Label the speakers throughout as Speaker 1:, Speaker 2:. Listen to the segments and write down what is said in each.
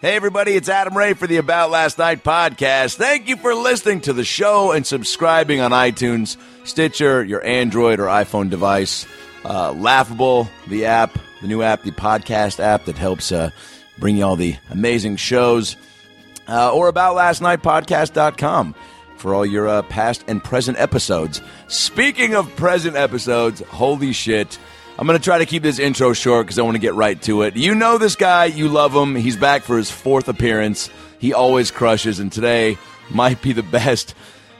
Speaker 1: Hey, everybody, it's Adam Ray for the About Last Night podcast. Thank you for listening to the show and subscribing on iTunes, Stitcher, your Android or iPhone device. Uh, Laughable, the app, the new app, the podcast app that helps uh, bring you all the amazing shows. Uh, or About Last Night Podcast.com for all your uh, past and present episodes. Speaking of present episodes, holy shit. I'm going to try to keep this intro short because I want to get right to it. You know this guy, you love him. He's back for his fourth appearance. He always crushes, and today might be the best.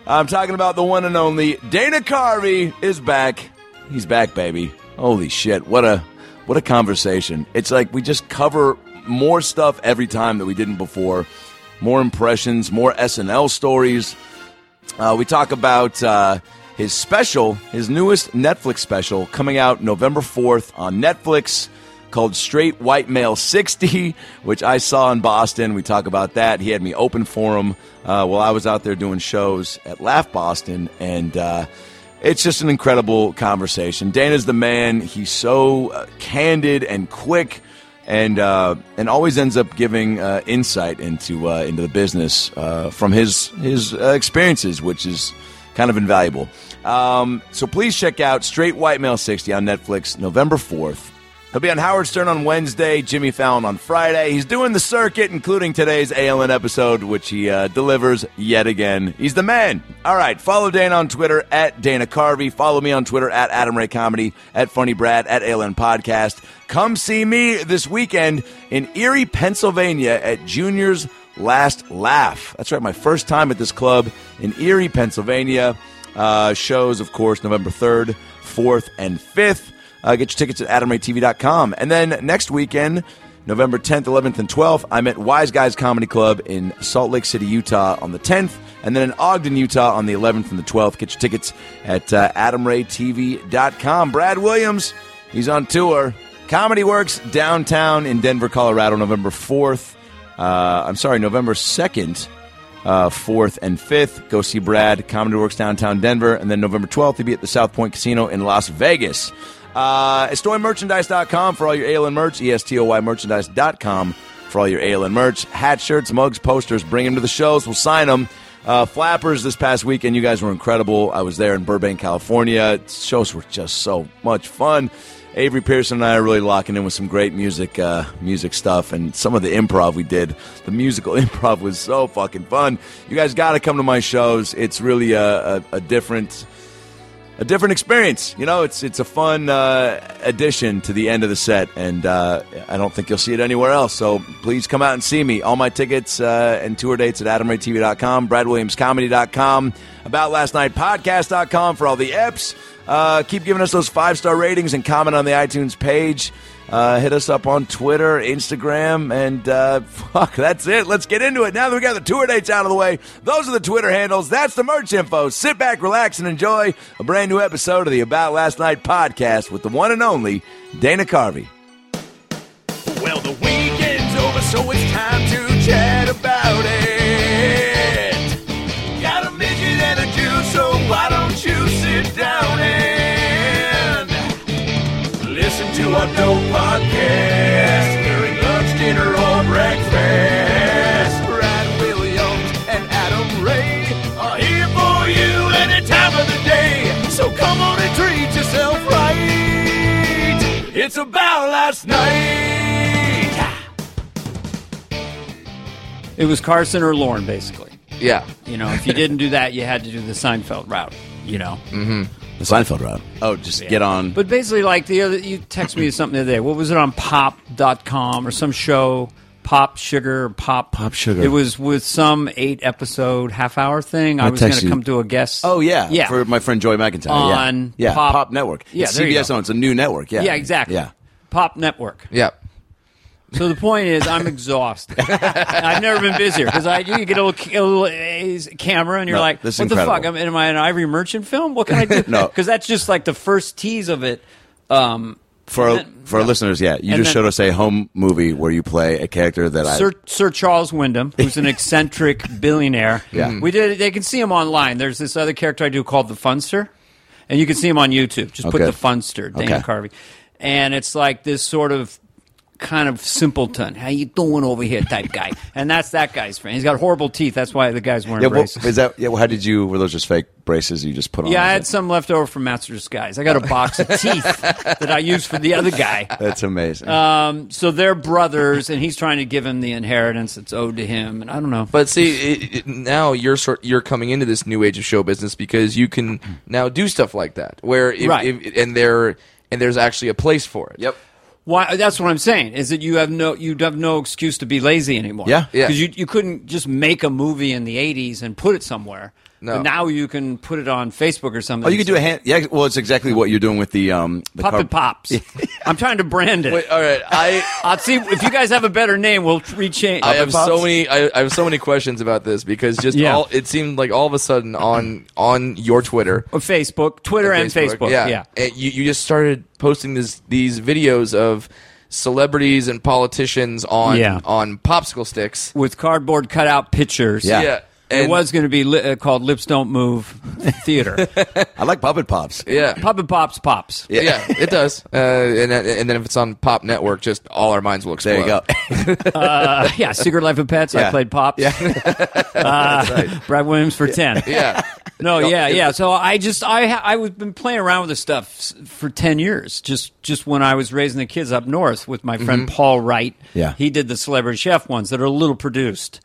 Speaker 1: I'm talking about the one and only Dana Carvey is back. He's back, baby. Holy shit. What a what a conversation. It's like we just cover more stuff every time that we didn't before. More impressions, more SNL stories. Uh, we talk about uh, his special, his newest Netflix special, coming out November 4th on Netflix called Straight White Male 60, which I saw in Boston. We talk about that. He had me open for him uh, while I was out there doing shows at Laugh Boston. And uh, it's just an incredible conversation. Dana's the man. He's so uh, candid and quick and uh, and always ends up giving uh, insight into uh, into the business uh, from his his uh, experiences, which is kind of invaluable. Um, so please check out Straight White Male 60 on Netflix November 4th. He'll be on Howard Stern on Wednesday, Jimmy Fallon on Friday. He's doing the circuit, including today's ALN episode, which he uh, delivers yet again. He's the man. All right, follow Dana on Twitter at Dana Carvey. Follow me on Twitter at Adam Ray Comedy, at Funny Brad, at ALN Podcast. Come see me this weekend in Erie, Pennsylvania at Junior's Last Laugh. That's right, my first time at this club in Erie, Pennsylvania. Uh, shows, of course, November 3rd, 4th, and 5th. Uh, get your tickets at adamraytv.com. And then next weekend, November 10th, 11th, and 12th, I'm at Wise Guys Comedy Club in Salt Lake City, Utah on the 10th, and then in Ogden, Utah on the 11th and the 12th. Get your tickets at uh, adamraytv.com. Brad Williams, he's on tour. Comedy Works downtown in Denver, Colorado, November 4th. Uh, I'm sorry, November 2nd uh, 4th and 5th. Go see Brad, Comedy Works Downtown Denver. And then November 12th, he'll be at the South Point Casino in Las Vegas. Uh, EstoyMerchandise.com for all your ALN merch, E ESTOYMerchandise.com for all your ALN merch. Hat shirts, mugs, posters, bring them to the shows. We'll sign them. Uh, Flappers this past weekend, you guys were incredible. I was there in Burbank, California. Shows were just so much fun. Avery Pearson and I are really locking in with some great music, uh, music stuff, and some of the improv we did. The musical improv was so fucking fun. You guys got to come to my shows. It's really a, a, a different, a different experience. You know, it's it's a fun uh, addition to the end of the set, and uh, I don't think you'll see it anywhere else. So please come out and see me. All my tickets uh, and tour dates at AdamRayTV.com, BradWilliamsComedy.com, AboutLastNightPodcast.com for all the eps. Uh, keep giving us those five star ratings and comment on the iTunes page. Uh, hit us up on Twitter, Instagram, and uh, fuck, that's it. Let's get into it. Now that we got the tour dates out of the way, those are the Twitter handles. That's the merch info. Sit back, relax, and enjoy a brand new episode of the About Last Night podcast with the one and only Dana Carvey. Well, the weekend's over, so it's time to chat about it. Got a midget and a Jew, so why don't you sit down and Listen to our dope podcast during lunch, dinner, or breakfast. Brad Williams and Adam Ray are here for you any time of the day. So come on and treat yourself right. It's about last night.
Speaker 2: It was Carson or Lorne, basically.
Speaker 3: Yeah.
Speaker 2: You know, if you didn't do that, you had to do the Seinfeld route. You know,
Speaker 1: The Seinfeld route. Oh, just Mm, get on.
Speaker 2: but basically, like the other, you text me something the other day. What was it on Pop.com or some show? Pop Sugar, Pop
Speaker 1: Pop Sugar.
Speaker 2: It was with some eight episode half hour thing. I, was going
Speaker 1: text
Speaker 2: to
Speaker 1: you.
Speaker 2: come to a guest.
Speaker 1: Oh yeah,
Speaker 2: yeah,
Speaker 1: For my friend Joey McIntyre
Speaker 2: On
Speaker 1: yeah, yeah,
Speaker 2: Pop-
Speaker 1: Network.
Speaker 2: Yeah,
Speaker 1: it's
Speaker 2: there you
Speaker 1: CBS
Speaker 2: go.
Speaker 1: owns a new network. Yeah,
Speaker 2: yeah, exactly.
Speaker 1: Yeah,
Speaker 2: Pop Network.
Speaker 3: Yeah.
Speaker 2: So the point is, I'm exhausted. I've never been busier because I you get a little, a little uh, camera and you're
Speaker 1: No,
Speaker 2: like,
Speaker 1: this is
Speaker 2: what the
Speaker 1: incredible.
Speaker 2: fuck? I'm, am I an Ivory Merchant film? What can I do?
Speaker 1: No.
Speaker 2: because that's just like the first tease of it. Um,
Speaker 1: for
Speaker 2: then-
Speaker 1: for our listeners, yeah, you
Speaker 2: And
Speaker 1: just
Speaker 2: then-
Speaker 1: showed us a home movie where you play a character that I.
Speaker 2: Sir Sir Charles Wyndham, who's an eccentric billionaire. Mm-hmm.
Speaker 1: Yeah.
Speaker 2: we did. They can see him online. There's this other character I do called the Funster, and you can see him on YouTube. Just put
Speaker 1: Okay.
Speaker 2: the Funster, Dana
Speaker 1: Okay.
Speaker 2: Carvey, and it's like this sort of kind of simpleton. How you doing over here, type guy. and that's that guy's friend. He's got horrible teeth. That's why the guy's wearing
Speaker 1: Yeah, well,
Speaker 2: braces.
Speaker 1: is that? Yeah, well, how did you? Were those just fake braces you just put on?
Speaker 2: yeah, I
Speaker 1: Was
Speaker 2: had
Speaker 1: it-
Speaker 2: some left over from Master Disguise. I got a box of teeth that I used for the other guy.
Speaker 1: that's amazing.
Speaker 2: uh, Um, so they're brothers, and he's trying to give him the inheritance that's owed to him. And I don't know.
Speaker 3: But see, it, it, now you're sort you're coming into this new age of show business because you can now do stuff like that, where if,
Speaker 2: Right.
Speaker 3: if, and there and there's actually a place for it. Yep.
Speaker 2: Why? That's what I'm saying. Is that you have no you have no excuse to be lazy anymore.
Speaker 1: Yeah,
Speaker 3: yeah.
Speaker 2: Because you you couldn't just make a movie in the '80s and put it somewhere.
Speaker 3: No.
Speaker 2: But now you can put it on Facebook or something.
Speaker 1: oh, you could do a hand. Yeah, well, it's exactly what you're doing with the um. The
Speaker 2: puppet
Speaker 1: car-
Speaker 2: pops. I'm trying to brand it.
Speaker 3: Wait, all right. I
Speaker 2: I'll see if you guys have a better name. We'll rechange.
Speaker 3: I have
Speaker 1: Pops?
Speaker 3: so many I, I have so many questions about this because just
Speaker 2: Yeah.
Speaker 3: all it seemed like all of a sudden on on your Twitter
Speaker 2: Or Facebook, Twitter, and Facebook.
Speaker 3: Yeah,
Speaker 2: yeah.
Speaker 3: And you you just started posting this these videos of celebrities and politicians on
Speaker 2: Yeah.
Speaker 3: on popsicle sticks.
Speaker 2: with cardboard cutout pictures.
Speaker 1: Yeah.
Speaker 3: and
Speaker 2: it was going to be li- uh, called Lips Don't Move Theater.
Speaker 1: I like puppet pops.
Speaker 3: yeah.
Speaker 2: Puppet Pops Pops.
Speaker 3: yeah, it does. Uh, and then- and then if it's on Pop Network, just all our minds will explode.
Speaker 1: There you go.
Speaker 2: Uh, yeah, Secret Life of Pets.
Speaker 1: Yeah.
Speaker 2: I played Pops. Uh, Brad Williams for 10.
Speaker 3: Yeah,
Speaker 2: No, yeah, yeah. So I just I ha- I was been playing around with this stuff s- for ten years. Just just when I was raising the kids up north with my friend Paul Wright.
Speaker 1: Mm-hmm. Yeah.
Speaker 2: he did the Celebrity Chef ones that are a little produced,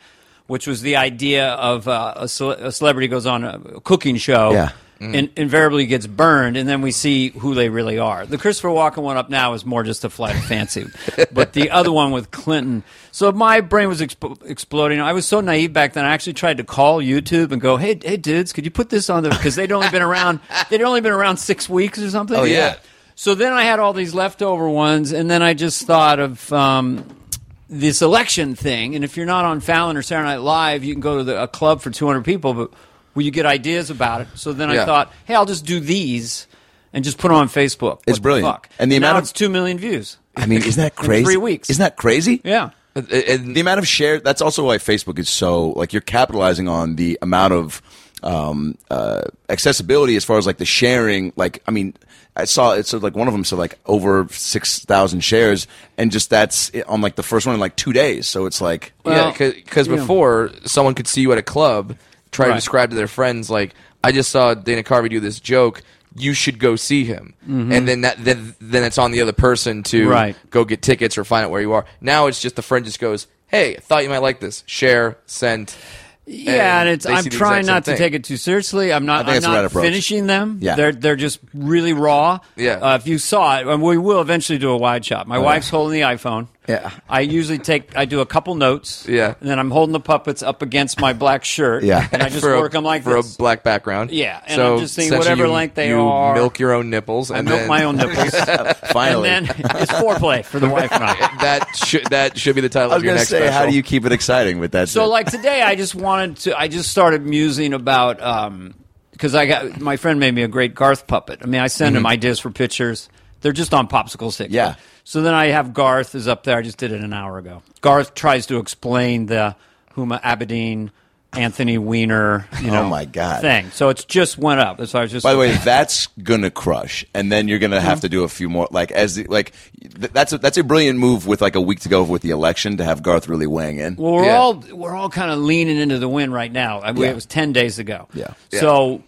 Speaker 2: which was the idea of uh, a, cele- a celebrity goes on a a cooking show.
Speaker 1: Yeah.
Speaker 2: And invariably gets burned, and then we see who they really are. The Christopher Walken one up now is more just a flight of fancy, but the other one with Clinton. So my brain was exp- exploding. I was so naive back then. I actually tried to call YouTube and go, "Hey, hey, dudes, could you put this on the?" Because they'd only been around. They'd only been around six weeks or something. Oh
Speaker 3: yeah.
Speaker 2: So then I had all these leftover ones, and then I just thought of um, this election thing. And if you're not on Fallon or Saturday Night Live, you can go to the, a club for 200 people, but will you get ideas about it? So then I
Speaker 3: Yeah.
Speaker 2: thought, hey, I'll just do these and just put them on Facebook.
Speaker 1: It's
Speaker 2: What the
Speaker 1: brilliant.
Speaker 2: fuck?
Speaker 1: And the
Speaker 2: now
Speaker 1: amount of-
Speaker 2: it's two million views.
Speaker 1: I mean, isn't that crazy?
Speaker 2: three weeks.
Speaker 1: Isn't that crazy?
Speaker 2: Yeah.
Speaker 3: And- and
Speaker 1: The amount of share. That's also why Facebook is so like you're capitalizing on the amount of um uh accessibility as far as like the sharing. Like I mean, I saw it's like one of them said like over six thousand shares, and just that's it on like the first one in like two days. So it's like.
Speaker 2: Well,
Speaker 3: yeah, because
Speaker 2: yeah.
Speaker 3: before someone could see you at a club, try to
Speaker 2: Right.
Speaker 3: describe to their friends like, "I just saw Dana Carvey do this joke. You should go see him." And then that then then it's on the other person to
Speaker 2: Mm-hmm. Right.
Speaker 3: go get tickets or find out where you are. Now it's just the friend just goes, "Hey, I thought you might like this. Share, send."
Speaker 2: Yeah, and it's
Speaker 3: they see
Speaker 2: I'm
Speaker 3: the exact
Speaker 2: trying
Speaker 3: same
Speaker 2: not to
Speaker 3: thing.
Speaker 2: take it too seriously. I'm not.
Speaker 1: think
Speaker 2: I'm
Speaker 1: it's the right
Speaker 2: not
Speaker 1: approach.
Speaker 2: finishing them.
Speaker 1: Yeah.
Speaker 2: they're they're just really raw.
Speaker 3: Yeah. Oh,
Speaker 2: Uh, if you saw it, and we will eventually do a wide shot. My wife's holding the iPhone.
Speaker 1: Yeah.
Speaker 2: I usually take. I do a couple notes.
Speaker 3: Yeah.
Speaker 2: And then I'm holding the puppets up against my black shirt.
Speaker 1: Yeah.
Speaker 2: And I just
Speaker 3: for
Speaker 2: work
Speaker 3: a,
Speaker 2: them like
Speaker 3: for
Speaker 2: this.
Speaker 3: a black background.
Speaker 2: Yeah, and
Speaker 3: so
Speaker 2: I'm just thinking
Speaker 3: essentially
Speaker 2: whatever
Speaker 3: you-
Speaker 2: length they
Speaker 3: you
Speaker 2: are.
Speaker 3: Milk your own nipples.
Speaker 2: I
Speaker 3: and
Speaker 2: milk
Speaker 3: then-
Speaker 2: my own nipples. and
Speaker 1: Finally,
Speaker 2: then it's foreplay for the wife and I.
Speaker 3: That should that should be the title
Speaker 1: I was
Speaker 3: of your
Speaker 1: going to
Speaker 3: next
Speaker 1: say,
Speaker 3: special.
Speaker 1: how do you keep it exciting with that?
Speaker 2: So like today, I just wanted to. I just started musing about um because I got my friend made me a great Garth puppet. I mean, I send him ideas for pictures. They're just on popsicle sticks.
Speaker 1: Mm-hmm. Yeah.
Speaker 2: So then I have Garth is up there. I just did it an hour ago. Garth tries to explain the Huma Abedin, Anthony Weiner. You
Speaker 1: Oh
Speaker 2: know,
Speaker 1: my God.
Speaker 2: Thing. So it's just went up. That's why I was just.
Speaker 1: By the way, that's gonna crush, and then you're gonna have to do a few more. Like as the, like th- that's a, that's a brilliant move with like a week to go with the election to have Garth really weighing in.
Speaker 2: Well, we're
Speaker 3: Yeah.
Speaker 2: all we're all kind of leaning into the wind right now. I mean,
Speaker 1: Yeah.
Speaker 2: It was ten days ago.
Speaker 1: Yeah.
Speaker 3: Yeah.
Speaker 2: So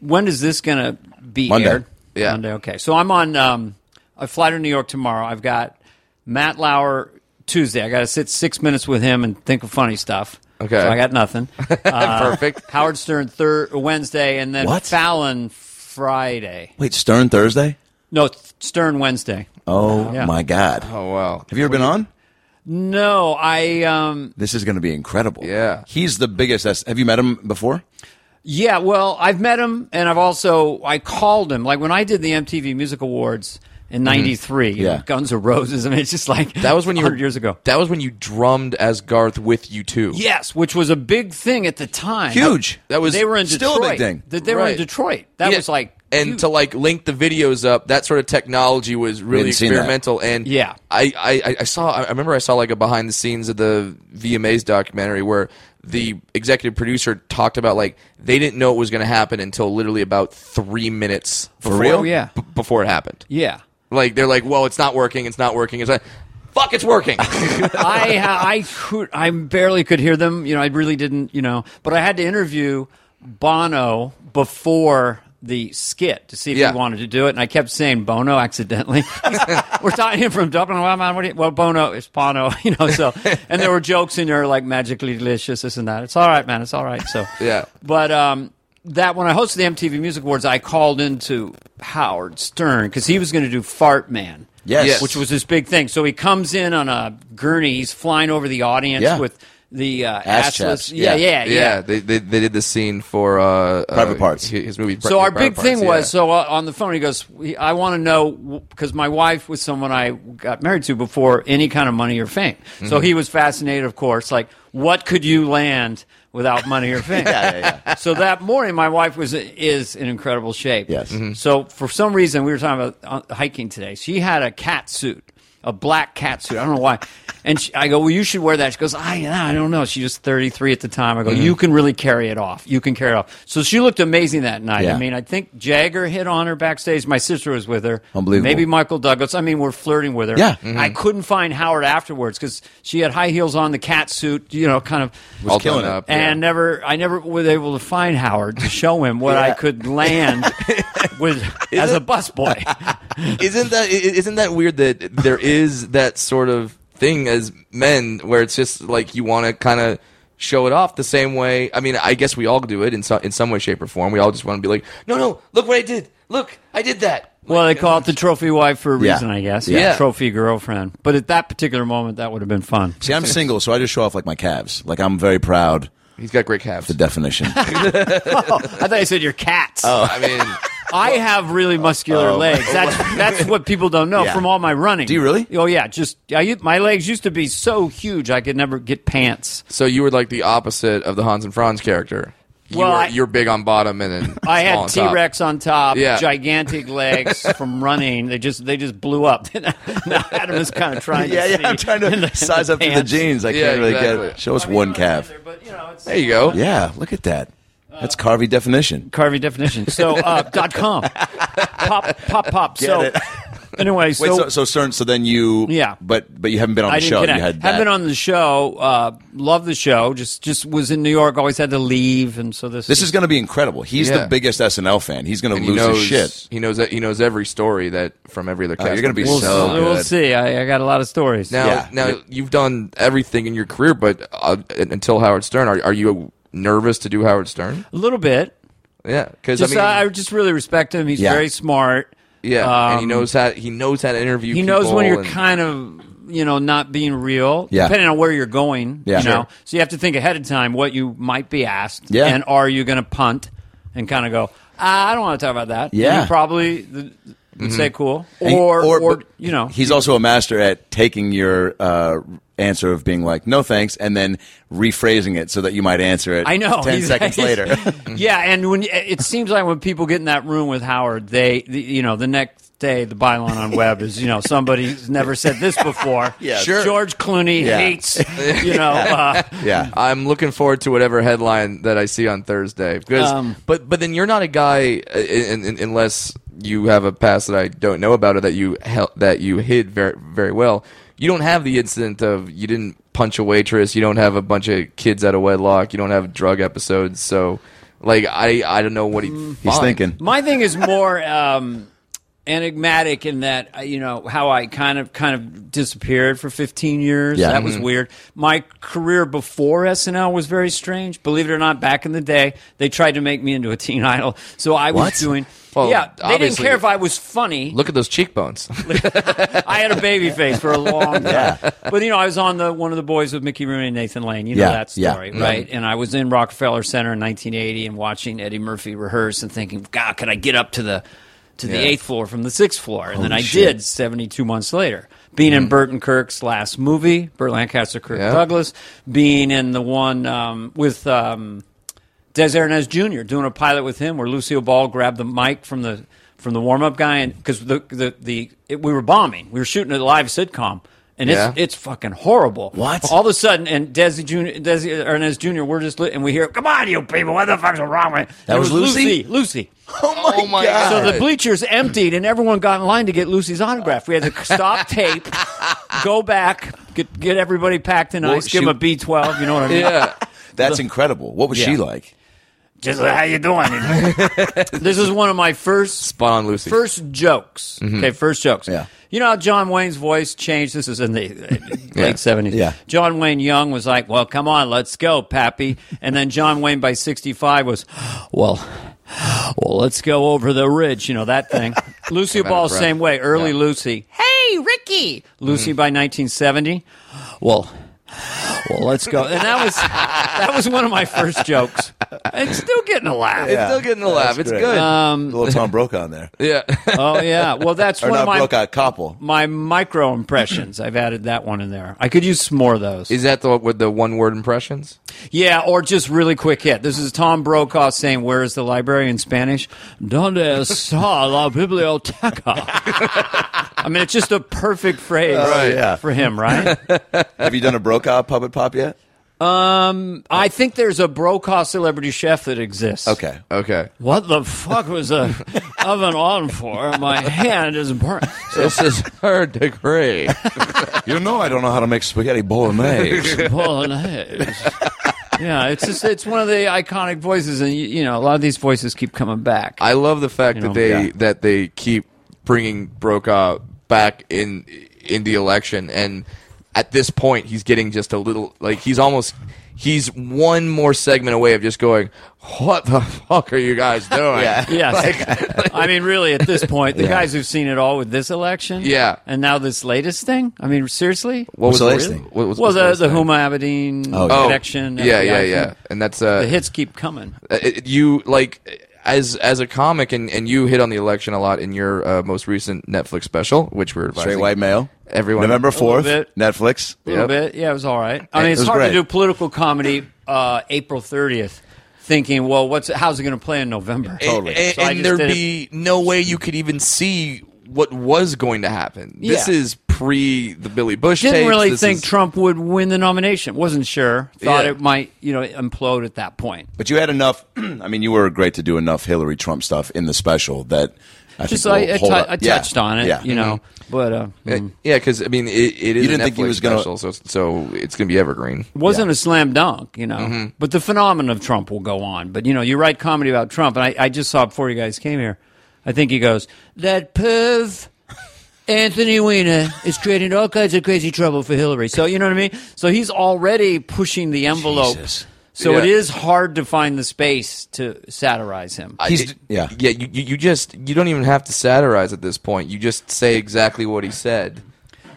Speaker 2: when is this going to be
Speaker 1: Monday.
Speaker 2: aired?
Speaker 3: Yeah.
Speaker 2: Monday. Okay. So I'm on. Um, I fly to New York tomorrow. I've got Matt Lauer Tuesday. I got to sit six minutes with him and think of funny stuff.
Speaker 3: Okay.
Speaker 2: So I got nothing. Uh,
Speaker 3: Perfect.
Speaker 2: Howard Stern thir- Wednesday and then
Speaker 1: What?
Speaker 2: Fallon Friday.
Speaker 1: Wait, Stern Thursday?
Speaker 2: No, Stern Wednesday.
Speaker 1: Oh
Speaker 2: Yeah.
Speaker 1: my God!
Speaker 3: Oh wow.
Speaker 1: Have you ever been on?
Speaker 2: No, I um,
Speaker 1: This is gonna be incredible.
Speaker 3: Yeah.
Speaker 1: he's the biggest. S- Have you met him before?
Speaker 2: Yeah, well, I've met him, and I've also I called him. Like when I did the MTV Music Awards in '93, you know,
Speaker 1: Yeah.
Speaker 2: Guns N' Roses. I mean, it's just like
Speaker 3: Mm-hmm. That was when you
Speaker 2: 100
Speaker 3: were,
Speaker 2: years ago.
Speaker 3: That was when you drummed as Garth with you too.
Speaker 2: Yes, which was a big thing at the time.
Speaker 1: Huge.
Speaker 3: That was
Speaker 2: they were in
Speaker 1: still a
Speaker 2: Detroit.
Speaker 1: big thing.
Speaker 2: They, they were in
Speaker 3: Right.
Speaker 2: Detroit. That
Speaker 3: Yeah.
Speaker 2: was like
Speaker 3: and
Speaker 2: huge.
Speaker 3: to like link the videos up. That sort of technology was really
Speaker 1: hadn't seen that.
Speaker 3: experimental. And
Speaker 2: Yeah.
Speaker 3: I, I I saw. I remember I saw like a behind the scenes of the VMAs documentary where the executive producer talked about like they didn't know it was going to happen until literally about three minutes
Speaker 1: For real?
Speaker 2: Oh, yeah.
Speaker 3: b- before it happened.
Speaker 2: yeah.
Speaker 3: Like they're like, well, it's not working. It's not working. It's like fuck, it's working.
Speaker 2: I ha- I could I barely could hear them. You know, I really didn't. You know, but I had to interview Bono before the skit to see if
Speaker 3: Yeah.
Speaker 2: he wanted to do it, and I kept saying Bono accidentally. we're talking him from Dublin. Well, man, what do you, well, Bono is Bono. You know, so and there were jokes in there like magically delicious, this and that. It's all right, man. It's all right. So
Speaker 3: Yeah.
Speaker 2: but um, that when I hosted the MTV Music Awards, I called into Howard Stern because he was going to do Fart Man.
Speaker 1: Yes.
Speaker 3: Yes.
Speaker 2: Which was his big thing. So he comes in on a gurney. He's flying over the audience
Speaker 1: Yeah.
Speaker 2: with the uh,
Speaker 1: Ass chaps.
Speaker 2: assless.
Speaker 1: Yeah.
Speaker 2: Yeah, yeah, yeah.
Speaker 3: yeah, they, they they did the scene for uh,
Speaker 1: Private
Speaker 3: uh,
Speaker 1: Parts.
Speaker 3: hi- His movie.
Speaker 2: So our
Speaker 3: Private
Speaker 2: big
Speaker 3: Parts,
Speaker 2: thing
Speaker 3: yeah.
Speaker 2: was so uh, on the phone. He goes, "We- "I want to know because my wife was someone I got married to before any kind of money or fame."
Speaker 1: Mm-hmm.
Speaker 2: So he was fascinated, of course. Like, what could you land without money or fame?
Speaker 1: Yeah, yeah, yeah.
Speaker 2: so that morning, my wife was is in incredible shape.
Speaker 1: Yes. Mhm.
Speaker 2: So for some reason, we were talking about uh, hiking today. She had a cat suit, a black cat suit. I don't know why. And she, I go, well, you should wear that. She goes, I, I don't know. She was 33 at the time. I go,
Speaker 1: Mm-hmm.
Speaker 2: you can really carry it off. You can carry it off. So she looked amazing that night.
Speaker 1: Yeah.
Speaker 2: I mean, I think Jagger hit on her backstage. My sister was with her.
Speaker 1: Unbelievable.
Speaker 2: Maybe Michael Douglas. I mean, we're flirting with her.
Speaker 1: Yeah. Mm-hmm.
Speaker 2: I couldn't find Howard afterwards because she had high heels on, the cat suit, you know, kind of
Speaker 1: was killing
Speaker 3: done
Speaker 1: it.
Speaker 3: yeah.
Speaker 2: and never I never was able to find Howard to show him what I could land with as a busboy.
Speaker 3: isn't that i- isn't that weird that there is that sort of thing as men where it's just like you want to kind of show it off the same way i mean i guess we all do it in some in some way shape or form we all just want to be like no no look what i did look i did that
Speaker 2: Well, they call it the trophy wife for a
Speaker 1: Yeah.
Speaker 2: reason, I guess.
Speaker 1: Yeah.
Speaker 3: Yeah.
Speaker 2: Trophy girlfriend. But at that particular moment, that would have been fun.
Speaker 1: See, I'm single, so I just show off like my calves. Like I'm very proud.
Speaker 3: he's got great calves
Speaker 1: The definition.
Speaker 2: I thought you said your cats.
Speaker 1: Oh.
Speaker 3: i mean
Speaker 2: I have really muscular legs. That's that's what people don't know
Speaker 1: Yeah.
Speaker 2: from all my running.
Speaker 1: Do you really?
Speaker 2: Oh yeah, just I, u- my legs used to be so huge I could never get pants.
Speaker 3: so you were like the opposite of the hans and franz character you
Speaker 2: Well,
Speaker 3: were,
Speaker 2: I-
Speaker 3: you're big on bottom and then
Speaker 2: I
Speaker 3: small
Speaker 2: had
Speaker 3: on
Speaker 2: T
Speaker 3: top.
Speaker 2: Rex on top,
Speaker 3: Yeah.
Speaker 2: gigantic legs from running. They just they just blew up. now Adam is kind of trying.
Speaker 1: yeah,
Speaker 2: to
Speaker 1: yeah.
Speaker 2: see
Speaker 1: I'm trying
Speaker 2: in
Speaker 1: to
Speaker 2: in
Speaker 1: size up to the
Speaker 2: pants.
Speaker 1: jeans. I
Speaker 3: Yeah,
Speaker 1: can't really get.
Speaker 3: exactly.
Speaker 1: Show us one calf.
Speaker 2: But, you know, it's
Speaker 3: there you go
Speaker 1: Yeah, look at that. That's carvy definition.
Speaker 2: Carvey definition. So uh, dot com, pop pop pop. so
Speaker 1: it.
Speaker 2: anyway,
Speaker 1: Wait, so so Cern, so then you
Speaker 2: Yeah.
Speaker 1: but but you haven't been on the
Speaker 2: I
Speaker 1: show.
Speaker 2: didn't
Speaker 1: You had
Speaker 2: connect.
Speaker 1: that.
Speaker 2: Have been on the show. Uh, love the show. Just just was in New York. Always had to leave, and so this
Speaker 1: This is going to be incredible. He's
Speaker 3: Yeah.
Speaker 1: the biggest SNL fan. He's going to
Speaker 3: And he
Speaker 1: lose
Speaker 3: knows
Speaker 1: his shit. Oh,
Speaker 3: he knows that he knows every story that from every other cast
Speaker 1: you're gonna be
Speaker 3: member.
Speaker 2: We'll,
Speaker 1: so
Speaker 2: see. we'll
Speaker 1: good.
Speaker 2: see. I, I got a lot of stories.
Speaker 3: Now,
Speaker 1: Yeah.
Speaker 3: now
Speaker 1: Yeah.
Speaker 3: you've done everything in your career, but uh, until Howard Stern, are, are you nervous to do Howard Stern?
Speaker 2: a little bit.
Speaker 3: Yeah, because I
Speaker 2: Just uh,
Speaker 3: mean,
Speaker 2: I, I just really respect him. He's
Speaker 1: Yeah.
Speaker 2: very smart.
Speaker 3: yeah, and he
Speaker 2: Um,
Speaker 3: knows how he knows how to interview.
Speaker 2: He knows when
Speaker 3: people
Speaker 2: you're
Speaker 3: and-
Speaker 2: kind of you know not being real,
Speaker 1: Yeah.
Speaker 2: depending on where you're going.
Speaker 1: Yeah.
Speaker 2: You know,
Speaker 1: Sure.
Speaker 2: so you have to think ahead of time what you might be asked.
Speaker 1: Yeah.
Speaker 2: and are you going to punt and kind of go? "Ah, I don't want to talk about that. And
Speaker 1: Yeah.
Speaker 2: you probably th- would say cool,
Speaker 1: And-
Speaker 2: or or,
Speaker 1: but
Speaker 2: you know,
Speaker 1: he's also a master at taking your uh, answer of being like no thanks and then rephrasing it so that you might answer it
Speaker 2: I know.
Speaker 1: 10
Speaker 2: He's-
Speaker 1: seconds later
Speaker 2: yeah, and when it seems like when people get in that room with Howard, they, the, you know, the next day the byline on Webb is, you know, somebody's never said this before.
Speaker 1: Yeah, sure.
Speaker 2: George Clooney
Speaker 1: Yeah.
Speaker 2: hates, you know, uh,
Speaker 1: yeah
Speaker 3: I'm looking forward to whatever headline that I see on Thursday. Because,
Speaker 2: Um,
Speaker 3: but but then you're not a guy uh, in, in, unless you have a past that I don't know about or that you hel- that you hid very very well. You don't have the incident of you didn't punch a waitress. You don't have a bunch of kids out of wedlock. You don't have drug episodes. So, like I I don't know what he
Speaker 2: Mm.
Speaker 1: he's thinking
Speaker 2: My thing is more um, enigmatic in that uh, you know how I kind of kind of disappeared for 15 years.
Speaker 1: Yeah.
Speaker 2: That was weird. My career before SNL was very strange. Believe it or not, back in the day, they tried to make me into a teen idol. So I
Speaker 1: What?
Speaker 2: was doing.
Speaker 3: Well,
Speaker 2: yeah, they didn't
Speaker 3: obviously-
Speaker 2: care if I was funny.
Speaker 3: Look at those cheekbones.
Speaker 2: I had a baby face for a long time.
Speaker 1: Yeah.
Speaker 2: But you know, I was on the one of the boys with Mickey Rooney and Nathan Lane. You know
Speaker 1: Yeah,
Speaker 2: that
Speaker 1: yeah.
Speaker 2: story, right? And I was in Rockefeller Center in 1980 and watching Eddie Murphy rehearse and thinking, God, could I get up to the to the
Speaker 3: Yeah.
Speaker 2: eighth floor from the sixth floor? And then I
Speaker 1: shit. Mm.
Speaker 2: did 72 months later. Being in Burton Kirk's last movie, Burt Lancaster, Kirk
Speaker 3: Yeah.
Speaker 2: Douglas. Being in the one um, with. Um, Des Arnaz Jr. doing a pilot with him, where Lucille Ball grabbed the mic from the from the warm up guy, and because the the, the it, we were bombing, we were shooting a live sitcom, and it's
Speaker 3: Yeah.
Speaker 2: it's fucking horrible.
Speaker 1: What?
Speaker 2: All of a sudden, and Desi Jr. Desi Arnaz Jr. We're just li- and we hear, "Come on, you people, what the fuck's wrong with?"
Speaker 1: That
Speaker 2: It
Speaker 1: was Lucy?
Speaker 2: Lucy. Lucy.
Speaker 1: oh my,
Speaker 2: So the bleachers emptied, and everyone got in line to get Lucy's autograph. We had to stop tape, go back, get get everybody packed in
Speaker 1: Well,
Speaker 2: ice, give
Speaker 1: she-
Speaker 2: them a B twelve. You know what I mean?
Speaker 3: yeah.
Speaker 1: That's incredible. What was she
Speaker 2: Yeah.
Speaker 1: like?
Speaker 2: Just like, how you doing? this is one of my first
Speaker 3: Spot on, Lucy.
Speaker 2: first jokes. Okay, first jokes.
Speaker 1: Mm-hmm. Yeah.
Speaker 2: You know how John Wayne's voice changed? This is in the uh,
Speaker 3: Yeah.
Speaker 2: late seventies.
Speaker 1: Yeah.
Speaker 2: John Wayne Young was like, "Well, come on, let's go, Pappy," and then John Wayne by sixty-five was, "Well, well, let's go over the ridge." You know that thing. Lucy
Speaker 3: out of
Speaker 2: Ball,
Speaker 3: breath.
Speaker 2: same way. Early Lucy. Hey, Ricky.
Speaker 1: Mm-hmm.
Speaker 2: Lucy by nineteen seventy. Well. Well, let's go. And that was that was one of my first jokes. It's still getting a laugh.
Speaker 3: It's still getting a laugh. It's
Speaker 1: great.
Speaker 3: good.
Speaker 1: A little Tom Brokaw on there.
Speaker 3: yeah.
Speaker 2: Oh yeah. Well, that's
Speaker 1: Or
Speaker 2: Um, one
Speaker 1: not
Speaker 2: of
Speaker 1: Brokaw,
Speaker 2: my
Speaker 1: Koppel.
Speaker 2: my micro impressions. I've added that one in there. I could use some more of those.
Speaker 3: Is that the with the one word impressions?
Speaker 2: yeah, or just really quick hit. This is Tom Brokaw saying, "Where is the library in Spanish?" Donde está la biblioteca? I mean, it's just a perfect phrase
Speaker 1: Right, Oh, yeah.
Speaker 2: for him, right?
Speaker 1: Have you done a Brokaw puppet pop yet?
Speaker 2: Um, I think there's a Brokaw celebrity chef that exists.
Speaker 1: Okay.
Speaker 3: Okay.
Speaker 2: What the fuck was the oven on for? My hand is burnt.
Speaker 3: This is third degree.
Speaker 1: You know I don't know how to make spaghetti bolognese.
Speaker 2: Bolognese. yeah, it's just it's one of the iconic voices, and you, you know a lot of these voices keep coming back.
Speaker 3: I love the fact
Speaker 2: You
Speaker 3: that
Speaker 2: know,
Speaker 3: they
Speaker 1: yeah.
Speaker 3: that they keep bringing Brokaw back in in the election, and at this point, he's getting just a little like he's almost he's one more segment away of just going, "What the fuck are you guys doing?"
Speaker 1: Yeah.
Speaker 2: yes, I mean really at this point, the guys who've seen it all with this election,
Speaker 3: Yeah.
Speaker 2: and now this latest thing. I mean seriously,
Speaker 3: What
Speaker 1: What's
Speaker 3: was
Speaker 1: the latest
Speaker 3: really-
Speaker 1: thing?
Speaker 3: What was,
Speaker 2: well
Speaker 3: what's
Speaker 2: the
Speaker 3: latest
Speaker 2: the
Speaker 3: thing?
Speaker 2: Huma Abedin
Speaker 1: Oh, yeah.
Speaker 3: Oh,
Speaker 2: connection.
Speaker 3: Yeah,
Speaker 2: FBI
Speaker 3: yeah,
Speaker 2: thing.
Speaker 3: yeah. And that's uh,
Speaker 2: The hits keep coming.
Speaker 3: Uh, it, you like as as a comic and, and you hit on the election a lot in your uh, most recent Netflix special, which we're advising
Speaker 1: Straight white male.
Speaker 3: Everyone-
Speaker 1: November fourth.
Speaker 2: bit.
Speaker 1: Netflix.
Speaker 2: A little
Speaker 3: Yep.
Speaker 2: bit. Yeah, it was all right. I mean,
Speaker 1: It
Speaker 2: it's
Speaker 1: was
Speaker 2: hard
Speaker 1: great.
Speaker 2: to do political comedy uh, April 30th thinking, well, what's how's it going to play in November?
Speaker 1: Totally.
Speaker 3: And,
Speaker 2: So I
Speaker 3: and
Speaker 2: just
Speaker 3: there'd
Speaker 2: did it-
Speaker 3: be no way you could even see what was going to happen. This
Speaker 2: Yeah.
Speaker 3: is pre the Billy Bush.
Speaker 2: Didn't
Speaker 3: tapes.
Speaker 2: really
Speaker 3: This
Speaker 2: think
Speaker 3: is-
Speaker 2: Trump would win the nomination. Wasn't sure. Thought
Speaker 3: Yeah.
Speaker 2: it might, you know, implode at that point.
Speaker 1: But you had enough. I mean, you were great to do enough Hillary Trump stuff in the special that I
Speaker 2: Just
Speaker 1: think
Speaker 2: I,
Speaker 1: we'll
Speaker 2: I,
Speaker 1: hold
Speaker 2: tou-
Speaker 1: up.
Speaker 2: I
Speaker 1: Yeah.
Speaker 2: touched on it,
Speaker 1: Yeah.
Speaker 2: you know. But uh,
Speaker 3: Uh, Yeah, because I mean, it, it is a
Speaker 1: didn't
Speaker 3: Netflix
Speaker 1: think he was gonna-
Speaker 3: special, so so it's going to be evergreen.
Speaker 2: wasn't a slam dunk, you know. But the phenomenon of Trump will go on. But you know, you write comedy about Trump, and I, I just saw before you guys came here. I think he goes that perv. Anthony Weiner is creating all kinds of crazy trouble for Hillary. So you know what I mean. So he's already pushing the envelope.
Speaker 1: Jesus.
Speaker 2: So it
Speaker 3: Yeah.
Speaker 2: is hard to find the space to satirize him.
Speaker 1: He's-
Speaker 3: It-
Speaker 1: yeah.
Speaker 3: yeah. You, you you just you don't even have to satirize at this point. You just say exactly what he said.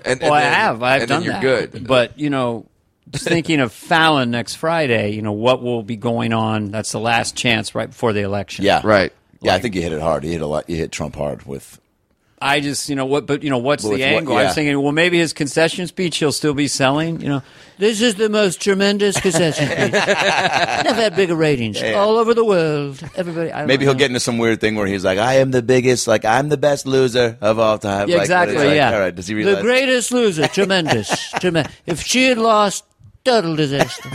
Speaker 3: And,
Speaker 2: Well,
Speaker 3: and
Speaker 2: I
Speaker 3: then-
Speaker 2: have. I've
Speaker 3: and
Speaker 2: done
Speaker 3: then you're
Speaker 2: that.
Speaker 3: good.
Speaker 2: But you know, just thinking of Fallon next Friday, you know what will be going on. That's the last chance right before the election.
Speaker 1: Yeah.
Speaker 3: Right.
Speaker 1: Yeah, I think you hit it hard. You hit a lot. You hit Trump hard with.
Speaker 2: I just, you know, what, but you know, what's
Speaker 1: Well,
Speaker 2: the
Speaker 1: it's what-
Speaker 2: angle? I
Speaker 1: yeah.
Speaker 2: was thinking, well, maybe his concession speech, he'll still be selling. You know, this is the most tremendous concession speech. Never had bigger ratings all over the world. Everybody, I don't
Speaker 1: Maybe
Speaker 2: know.
Speaker 1: he'll get into some weird thing where he's like, "I am the biggest. Like I'm the best loser of all time."
Speaker 2: Yeah,
Speaker 1: Like, but it's
Speaker 2: exactly.
Speaker 1: like,
Speaker 2: yeah.
Speaker 1: All right. Does he realize?
Speaker 2: the greatest loser? Tremendous. tremendous. If she had lost, total disaster.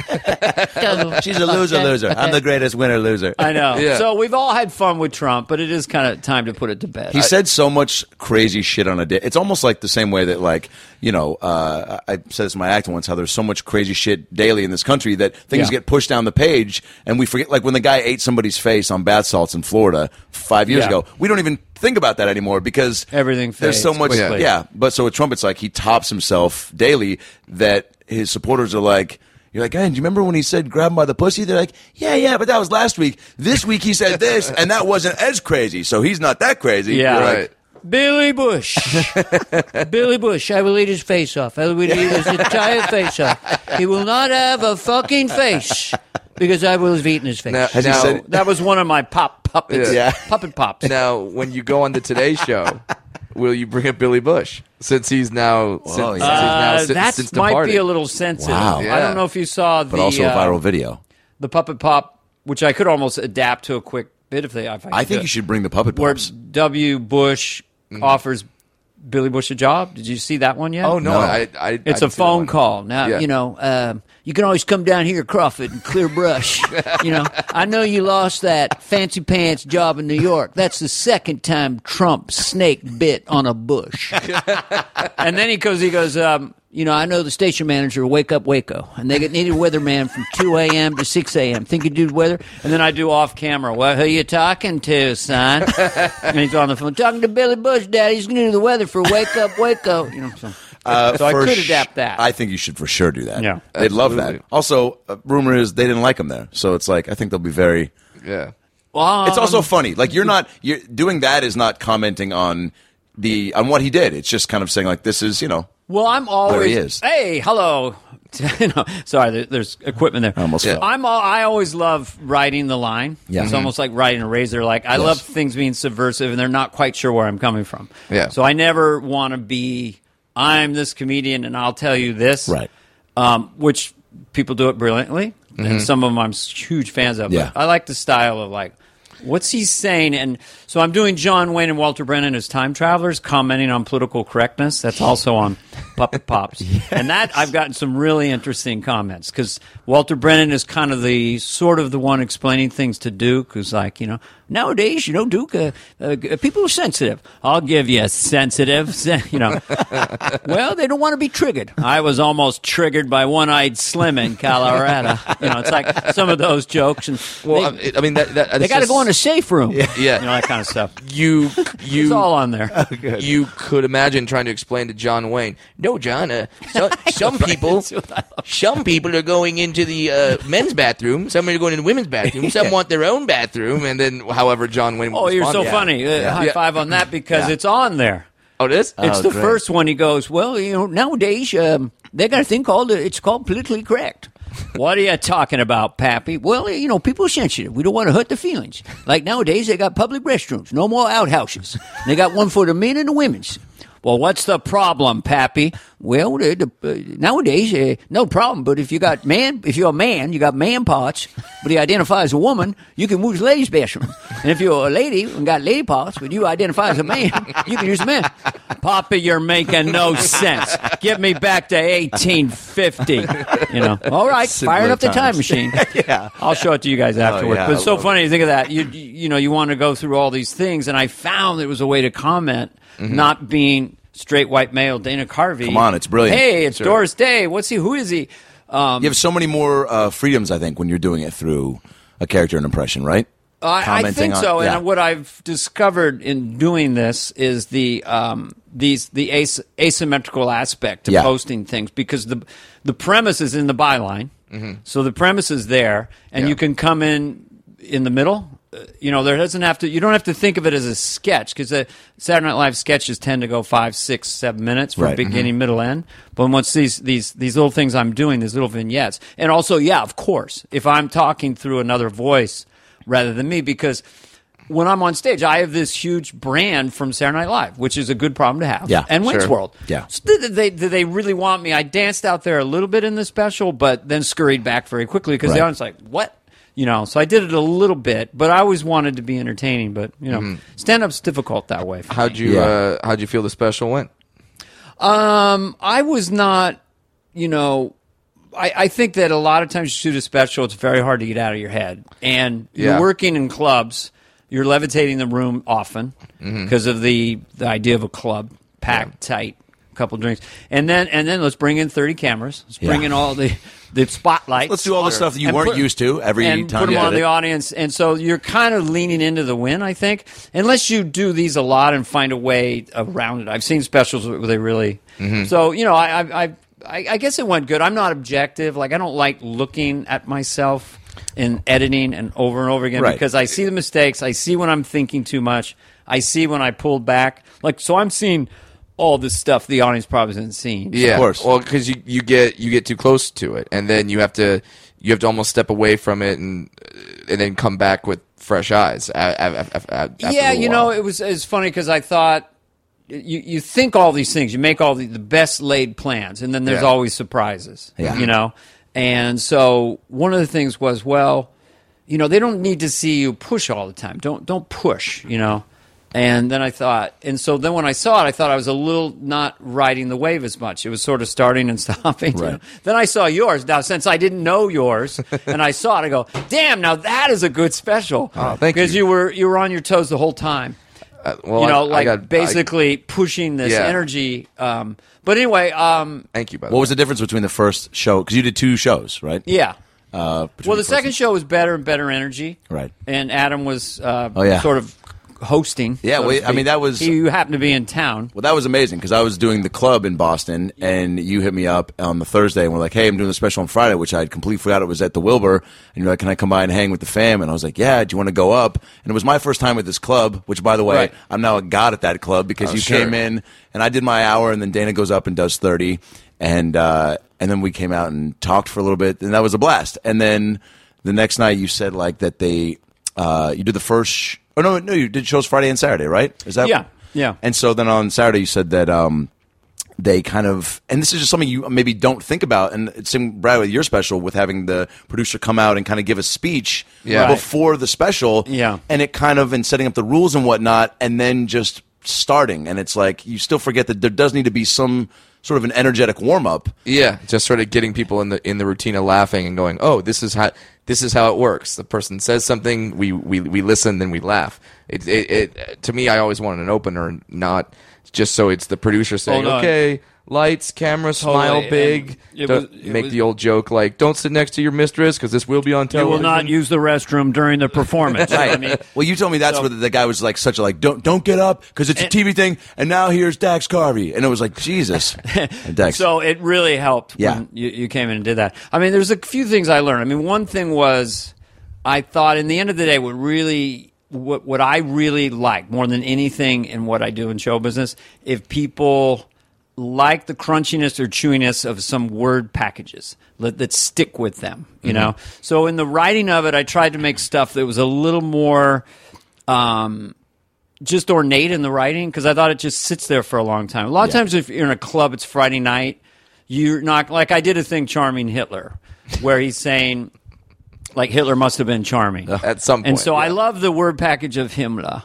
Speaker 2: Total
Speaker 1: She's a loser,
Speaker 2: fucking-
Speaker 1: loser. I'm the greatest winner, loser.
Speaker 2: I know.
Speaker 3: Yeah.
Speaker 2: So we've all had fun with Trump, but it is kind of time to put it to bed.
Speaker 1: He said so much crazy shit on a day. It's almost like the same way that, like, you know, uh, I I said this in my act once how there's so much crazy shit daily in this country that things
Speaker 2: Yeah.
Speaker 1: get pushed down the page and we forget. Like when the guy ate somebody's face on bath salts in Florida five years
Speaker 2: Yeah.
Speaker 1: ago, we don't even think about that anymore because
Speaker 2: Everything
Speaker 1: There's so
Speaker 2: fades
Speaker 1: much,
Speaker 2: quickly.
Speaker 1: yeah. But so with Trump, it's like he tops himself daily that his supporters are like. You're like, hey, do you remember when he said grab him by the pussy? They're like, yeah, yeah, but that was last week. This week he said this, and that wasn't as crazy, so he's not that crazy.
Speaker 2: Yeah.
Speaker 1: You're like,
Speaker 3: Right.
Speaker 2: Billy Bush. Billy Bush, I will eat his face off. I will eat his entire face off. He will not have a fucking face because I will have eaten his face.
Speaker 3: Now-
Speaker 1: Has he
Speaker 3: now-
Speaker 1: said-
Speaker 2: that was one of my pop puppets.
Speaker 1: Yeah.
Speaker 2: Puppet pops.
Speaker 3: Now, when you go on the Today Show, will you bring up Billy Bush since he's now since,
Speaker 1: Oh, yeah.
Speaker 3: since he's now
Speaker 2: Uh,
Speaker 3: since,
Speaker 2: that
Speaker 3: since
Speaker 2: might
Speaker 3: departed?
Speaker 2: be a little sensitive.
Speaker 1: Wow.
Speaker 2: I
Speaker 3: Yeah.
Speaker 2: don't know if you saw the
Speaker 1: but also a
Speaker 2: uh,
Speaker 1: viral video.
Speaker 2: the puppet pop, which I could almost adapt to a quick bit if they. If
Speaker 1: I
Speaker 2: I, could do
Speaker 1: think
Speaker 2: it.
Speaker 1: you should bring the puppet
Speaker 2: where
Speaker 1: pops.
Speaker 2: W. Bush offers Billy Bush a job. Did you see that one yet?
Speaker 3: Mm-hmm. Oh no,
Speaker 1: No.
Speaker 3: I, I I
Speaker 2: It's
Speaker 3: didn't
Speaker 2: a
Speaker 3: see
Speaker 2: phone
Speaker 3: that one.
Speaker 2: call. Now,
Speaker 3: Yeah.
Speaker 2: you know, um, you can always come down here, Crawford, and clear brush. you know, I know you lost that fancy pants job in New York. That's the second time Trump snake bit on a bush. and then he goes, he goes, um, you know, I know the station manager, Wake Up Waco, and they get needed a weatherman from 2 a.m. to 6 a.m. Think you do weather? And then I do off camera. Well, who you talking to, son? and he's on the phone, talking to Billy Bush, Daddy. He's going to do the weather for Wake Up Waco. You know, so,
Speaker 1: Uh,
Speaker 2: so I
Speaker 1: for
Speaker 2: could
Speaker 1: sh-
Speaker 2: adapt that.
Speaker 1: I think you should for sure do that.
Speaker 2: Yeah.
Speaker 1: they'd love that.
Speaker 3: Absolutely.
Speaker 1: Also, uh, rumor is they didn't like him there, so it's like I think they'll be very.
Speaker 3: Yeah.
Speaker 2: Well,
Speaker 1: It's also funny. Like you're not you're doing that is not commenting on the on what he did. It's just kind of saying like this is you know
Speaker 2: Well, I'm always.
Speaker 1: There he is.
Speaker 2: Hey, hello. No, sorry, there, there's equipment there. I
Speaker 1: almost fell.
Speaker 2: I'm all. I always love riding the line.
Speaker 1: Yeah.
Speaker 2: it's
Speaker 1: Mhm.
Speaker 2: almost like riding a razor. Like I
Speaker 1: Yes.
Speaker 2: love things being subversive, and they're not quite sure where I'm coming from.
Speaker 3: Yeah.
Speaker 2: So I never want to be. I'm this comedian, and I'll tell you this.
Speaker 1: Right.
Speaker 2: Um, which people do it brilliantly, and some of them I'm huge fans of.
Speaker 1: Mm-hmm. Yeah.
Speaker 2: But I like the style of like. What's he saying? And so I'm doing John Wayne and Walter Brennan as time travelers commenting on political correctness. That's also on Puppet Pops. And that I've gotten some really interesting comments because Walter Brennan is kind of the sort of the one explaining things to Duke, who's like, you know, nowadays, you know, Duke, uh, uh, g- people are sensitive. I'll give you a sensitive, sen- you know. well, they don't want to be triggered. I was almost triggered by one eyed Slim in Colorado. You know, it's like some of those jokes. And
Speaker 3: Well,
Speaker 2: they-
Speaker 3: I mean- I mean that. that
Speaker 2: they got to go in a safe room. Yeah.
Speaker 3: Yeah.
Speaker 2: You know, that kind of stuff.
Speaker 3: You you
Speaker 2: It's all on there.
Speaker 3: you could imagine trying to explain to John Wayne. No, John. Uh, so, some people, some people are going into the uh, men's bathroom. Some are going in the women's bathroom. Some want their own bathroom. And then, however, John Wayne. would
Speaker 2: Oh, you're so
Speaker 3: respond to that.
Speaker 2: funny. Uh, High
Speaker 3: Yeah.
Speaker 2: five on that because it's on there.
Speaker 3: Oh, it is.
Speaker 2: It's the
Speaker 1: great.
Speaker 2: first one. He goes, well, you know, nowadays um, they got a thing called uh, it's called politically correct. what are you talking about, Pappy? Well, you know, people are sensitive. We don't want to hurt their feelings. Like nowadays, they got public restrooms, no more outhouses. they got one for the men and the women's. Well, what's the problem, Pappy? Well, the, the, uh, nowadays, uh, no problem. But if you got man, if you're a man, you got man parts, but he identifies as a woman, you can move to the ladies' bathroom. And if you're a lady and got lady parts, but you identify as a man, you can use man. Papa, you're making no sense. Get me back to 1850. You know, all right,
Speaker 1: Simpler
Speaker 2: firing up the time
Speaker 1: times. Oh,
Speaker 2: machine. yeah, I'll show it to you guys afterward.
Speaker 1: yeah,
Speaker 2: but
Speaker 1: I
Speaker 2: it's so
Speaker 1: love
Speaker 2: funny to think of that. You you you know you want to go through all these things, and I found it was a way to comment,
Speaker 1: Mm-hmm.
Speaker 2: not being straight white male Dana Carvey.
Speaker 1: Come on, it's brilliant.
Speaker 2: Hey, it's Doris Day. What's he? Who is he? Um,
Speaker 1: you have so many more uh, freedoms. I think when you're doing it through a character and impression, right?
Speaker 2: Uh, I, I
Speaker 1: Commenting
Speaker 2: think
Speaker 1: on-
Speaker 2: so.
Speaker 1: yeah.
Speaker 2: And what I've discovered in doing this is the um, these the as- asymmetrical aspect to
Speaker 1: Yeah.
Speaker 2: posting things because the the premise is in the byline,
Speaker 1: Mm-hmm.
Speaker 2: so the premise is there, and you can come in in the middle. Uh, You know, there doesn't have to. You don't have to think of it as a sketch because Saturday Night Live sketches tend to go five, six, seven minutes for
Speaker 1: Right. Mm-hmm.
Speaker 2: beginning, middle, end. But once these these these little things I'm doing, these little vignettes, and also, yeah, of course, if I'm talking through another voice, rather than me because when I'm on stage, I have this huge brand from Saturday Night Live, which is a good problem to have.
Speaker 1: Yeah,
Speaker 2: and Wayne's
Speaker 3: sure.
Speaker 2: World.
Speaker 1: Yeah.
Speaker 2: So did did they did they really want me? I danced out there a little bit in the special, but then scurried back very quickly because
Speaker 1: Right.
Speaker 2: the audience was like what. You know, so I did it a little bit, but I always wanted to be entertaining. But you know, stand up's difficult that way. for me.
Speaker 3: How'd you
Speaker 1: Yeah.
Speaker 3: uh, How'd you feel the special went?
Speaker 2: Um, I was not, you know, I, I think that a lot of times you shoot a special, it's very hard to get out of your head. And
Speaker 3: Yeah.
Speaker 2: you're working in clubs, you're levitating the room often because of the, the idea of a club, packed tight, couple drinks. And then and then let's bring in 30 cameras. Let's bring
Speaker 1: Yeah.
Speaker 2: in all the, the spotlights.
Speaker 1: Let's do all the stuff that you
Speaker 2: And
Speaker 1: weren't
Speaker 2: put-
Speaker 1: used to every
Speaker 2: and
Speaker 1: time.
Speaker 2: put them
Speaker 1: you
Speaker 2: on
Speaker 1: did
Speaker 2: the
Speaker 1: it.
Speaker 2: audience, and so you're kind of leaning into the win, I think, unless you do these a lot and find a way around it. I've seen specials where they really,
Speaker 1: Mm-hmm.
Speaker 2: so you know, I, I, I, I guess it went good. I'm not objective, like I don't like looking at myself in editing and over and over again
Speaker 1: Right.
Speaker 2: because I see the mistakes, I see when I'm thinking too much, I see when I pulled back, like so I'm seeing all this stuff the audience probably isn't seeing.
Speaker 3: Yeah,
Speaker 1: course.
Speaker 3: Well, because you, you get you get too close to it, and then you have to you have to almost step away from it, and and then come back with fresh eyes. a- a- a- a- after
Speaker 2: yeah,
Speaker 3: a
Speaker 2: you
Speaker 3: while.
Speaker 2: know, it was it's funny because I thought you you think all these things, you make all the, the best laid plans, and then there's
Speaker 3: Yeah.
Speaker 2: always surprises.
Speaker 1: Yeah.
Speaker 2: you know. And so one of the things was, well, you know, they don't need to see you push all the time. Don't don't push, you know. And then I thought, and so then when I saw it, I thought I was a little not riding the wave as much. It was sort of starting and stopping. you
Speaker 1: Right.
Speaker 2: know? Then I saw yours. Now, since I didn't know yours and I saw it, I go, damn, now that is a good special.
Speaker 3: thank
Speaker 2: Because
Speaker 3: you.
Speaker 2: you were you were on your toes the whole time.
Speaker 3: Uh, well,
Speaker 2: you
Speaker 3: I-
Speaker 2: know,
Speaker 3: I
Speaker 2: like
Speaker 3: got- I-
Speaker 2: basically pushing this
Speaker 3: Yeah.
Speaker 2: energy. Um, but anyway, um,
Speaker 3: thank you. By the
Speaker 1: What
Speaker 3: way.
Speaker 1: was the difference between the first show? Because you did two shows, right?
Speaker 2: yeah.
Speaker 1: Uh, between
Speaker 2: Well, the
Speaker 1: first
Speaker 2: second
Speaker 1: and-
Speaker 2: show was better and better energy.
Speaker 1: Right.
Speaker 2: And Adam was uh,
Speaker 1: Oh, yeah.
Speaker 2: sort of hosting.
Speaker 1: Yeah,
Speaker 2: so to
Speaker 1: well, I
Speaker 2: speak.
Speaker 1: mean, that was-
Speaker 2: He happened to be in town.
Speaker 1: Mm-hmm. Well, that was amazing because I was doing the club in Boston, and you hit me up on the Thursday and were like, "Hey, I'm doing a special on Friday," which I had completely forgot it was at the Wilbur. And you're like, "Can I come by and hang with the fam?" And I was like, "Yeah, do you want to go up?" And it was my first time at this club, which, by the way,
Speaker 2: Right.
Speaker 1: I'm now a god at that club because
Speaker 3: Oh,
Speaker 1: you
Speaker 3: sure.
Speaker 1: came in and I did my hour, and then Dana goes up and does thirty, and uh, and then we came out and talked for a little bit, and that was a blast. And then the next night, you said like that they uh, you did the first. Sh- Oh no! No, you did shows Friday and Saturday, right? Is that
Speaker 2: Yeah, yeah.
Speaker 1: And so then on Saturday, you said that um, they kind of, and this is just something you maybe don't think about. And it's in Brad with your special with having the producer come out and kind of give a speech
Speaker 3: Yeah. Right.
Speaker 1: before the special.
Speaker 2: Yeah.
Speaker 1: And it kind of, and setting up the rules and whatnot, and then just starting. And it's like, you still forget that there does need to be some sort of an energetic warm up.
Speaker 3: Yeah, just sort of getting people in the in the routine of laughing and going, "Oh, this is how this is how it works." The person says something, we we, we listen, then we laugh. It, it it to me, I always wanted an opener, not just so it's the producer saying,
Speaker 2: Hold on.
Speaker 3: "Okay, lights, camera,
Speaker 2: Totally,
Speaker 3: smile big."
Speaker 2: and it
Speaker 3: Don't-
Speaker 2: was- it
Speaker 3: make
Speaker 2: was-
Speaker 3: the old joke like, "Don't sit next to your mistress because this will be on
Speaker 2: You
Speaker 3: television."
Speaker 2: will not use the restroom during the performance. I mean,
Speaker 1: Well, you told me that's
Speaker 2: So-
Speaker 1: where the guy was like such a like don't don't get up because it's a
Speaker 2: And-
Speaker 1: TV thing. And now here's Dax Carvey, and it was like Jesus. And Dax,
Speaker 2: So it really helped
Speaker 1: Yeah.
Speaker 2: when you, you came in and did that. I mean, there's a few things I learned. I mean, one thing was I thought in the end of the day, what really what what I really like more than anything in what I do in show business, if people like the crunchiness or chewiness of some word packages let, that stick with them, you know. So in the writing of it, I tried to make stuff that was a little more um, just ornate in the writing because I thought it just sits there for a long time. A lot of
Speaker 1: Yeah.
Speaker 2: times, if you're in a club, it's Friday night. You're not like I did a thing, charming Hitler, where he's saying like Hitler must have been charming
Speaker 3: At some
Speaker 2: and
Speaker 3: point,
Speaker 2: so I
Speaker 3: yeah.
Speaker 2: love the word package of Himmler.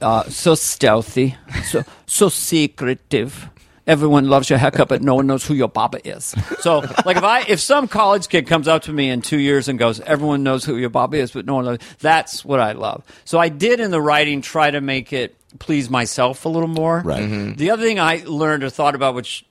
Speaker 2: Uh, so stealthy, so so secretive. Everyone loves your haircut, but no one knows who your barber is. So, like, if I if some college kid comes up to me in two years and goes, "Everyone knows who your barber is, but no one knows," that's what I love. So, I did in the writing try to make it please myself a little more.
Speaker 1: Right.
Speaker 2: The other thing I learned or thought about, which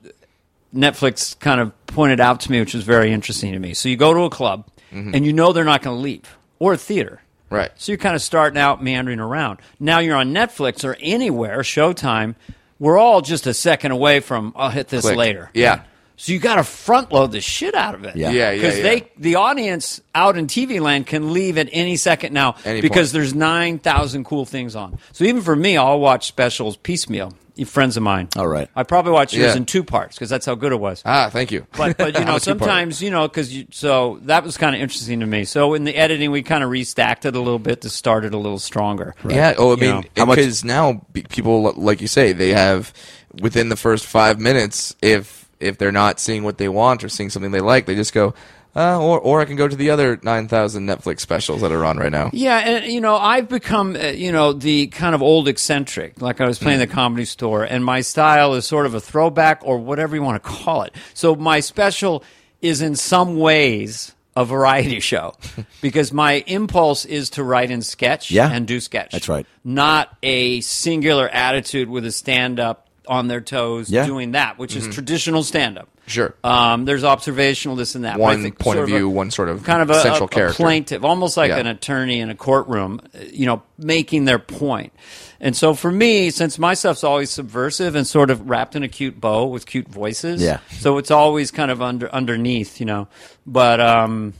Speaker 2: Netflix kind of pointed out to me, which was very interesting to me. So you go to a club and you know they're not going to leave, or a theater.
Speaker 3: Mm-hmm. Right.
Speaker 2: So you're kind of starting out meandering around. Now you're on Netflix or anywhere, Showtime. We're all just a second away from, I'll hit this
Speaker 3: Click.
Speaker 2: later.
Speaker 3: Yeah.
Speaker 2: So you got to front load the shit out of it.
Speaker 1: Yeah.
Speaker 3: Yeah, yeah,
Speaker 2: Because
Speaker 3: yeah.
Speaker 2: they, the audience out in TV land can leave at any second now
Speaker 3: Any
Speaker 2: because
Speaker 3: point.
Speaker 2: there's 9,000 cool things on. So even for me, I'll watch specials piecemeal. Friends of mine.
Speaker 1: All right.
Speaker 2: I probably watched yours
Speaker 3: Yeah.
Speaker 2: in two parts because that's how good it was
Speaker 3: Ah, thank you.
Speaker 2: but but you
Speaker 3: I'm
Speaker 2: know
Speaker 3: a two-parter.
Speaker 2: sometimes you know because you so that was kind of interesting to me. So in the editing, we kind of restacked it a little bit to start it a little stronger.
Speaker 3: Yeah. Oh, I
Speaker 2: You know.
Speaker 3: mean,
Speaker 1: How much-
Speaker 3: because now be- people, li- like you say, they have within the first five minutes, if if they're not seeing what they want or seeing something they like, they just go, uh, or or I can go to the other nine thousand Netflix specials that are on right now.
Speaker 2: Yeah, and you know, I've become uh, you know the kind of old eccentric. Like I was playing the comedy store, and my style is sort of a throwback or whatever you want to call it. So my special is in some ways a variety show because my impulse is to write and sketch
Speaker 1: Yeah.
Speaker 2: and do sketch.
Speaker 1: That's right.
Speaker 2: Not a singular attitude with a stand up on their toes
Speaker 1: Yeah.
Speaker 2: doing that, which is traditional stand up.
Speaker 3: Mm-hmm. Sure.
Speaker 2: Um, there's observational this and that. but I
Speaker 3: One
Speaker 2: think
Speaker 3: point
Speaker 2: sort
Speaker 3: of view,
Speaker 2: a-
Speaker 3: one sort of
Speaker 2: kind of a,
Speaker 3: central
Speaker 2: a- a
Speaker 3: character.
Speaker 2: plaintiff, almost like
Speaker 3: Yeah.
Speaker 2: an attorney in a courtroom, uh, you know, making their point. And so for me, since my stuff's always subversive and sort of wrapped in a cute bow with cute voices,
Speaker 1: Yeah.
Speaker 2: so it's always kind of under underneath, you know. But um,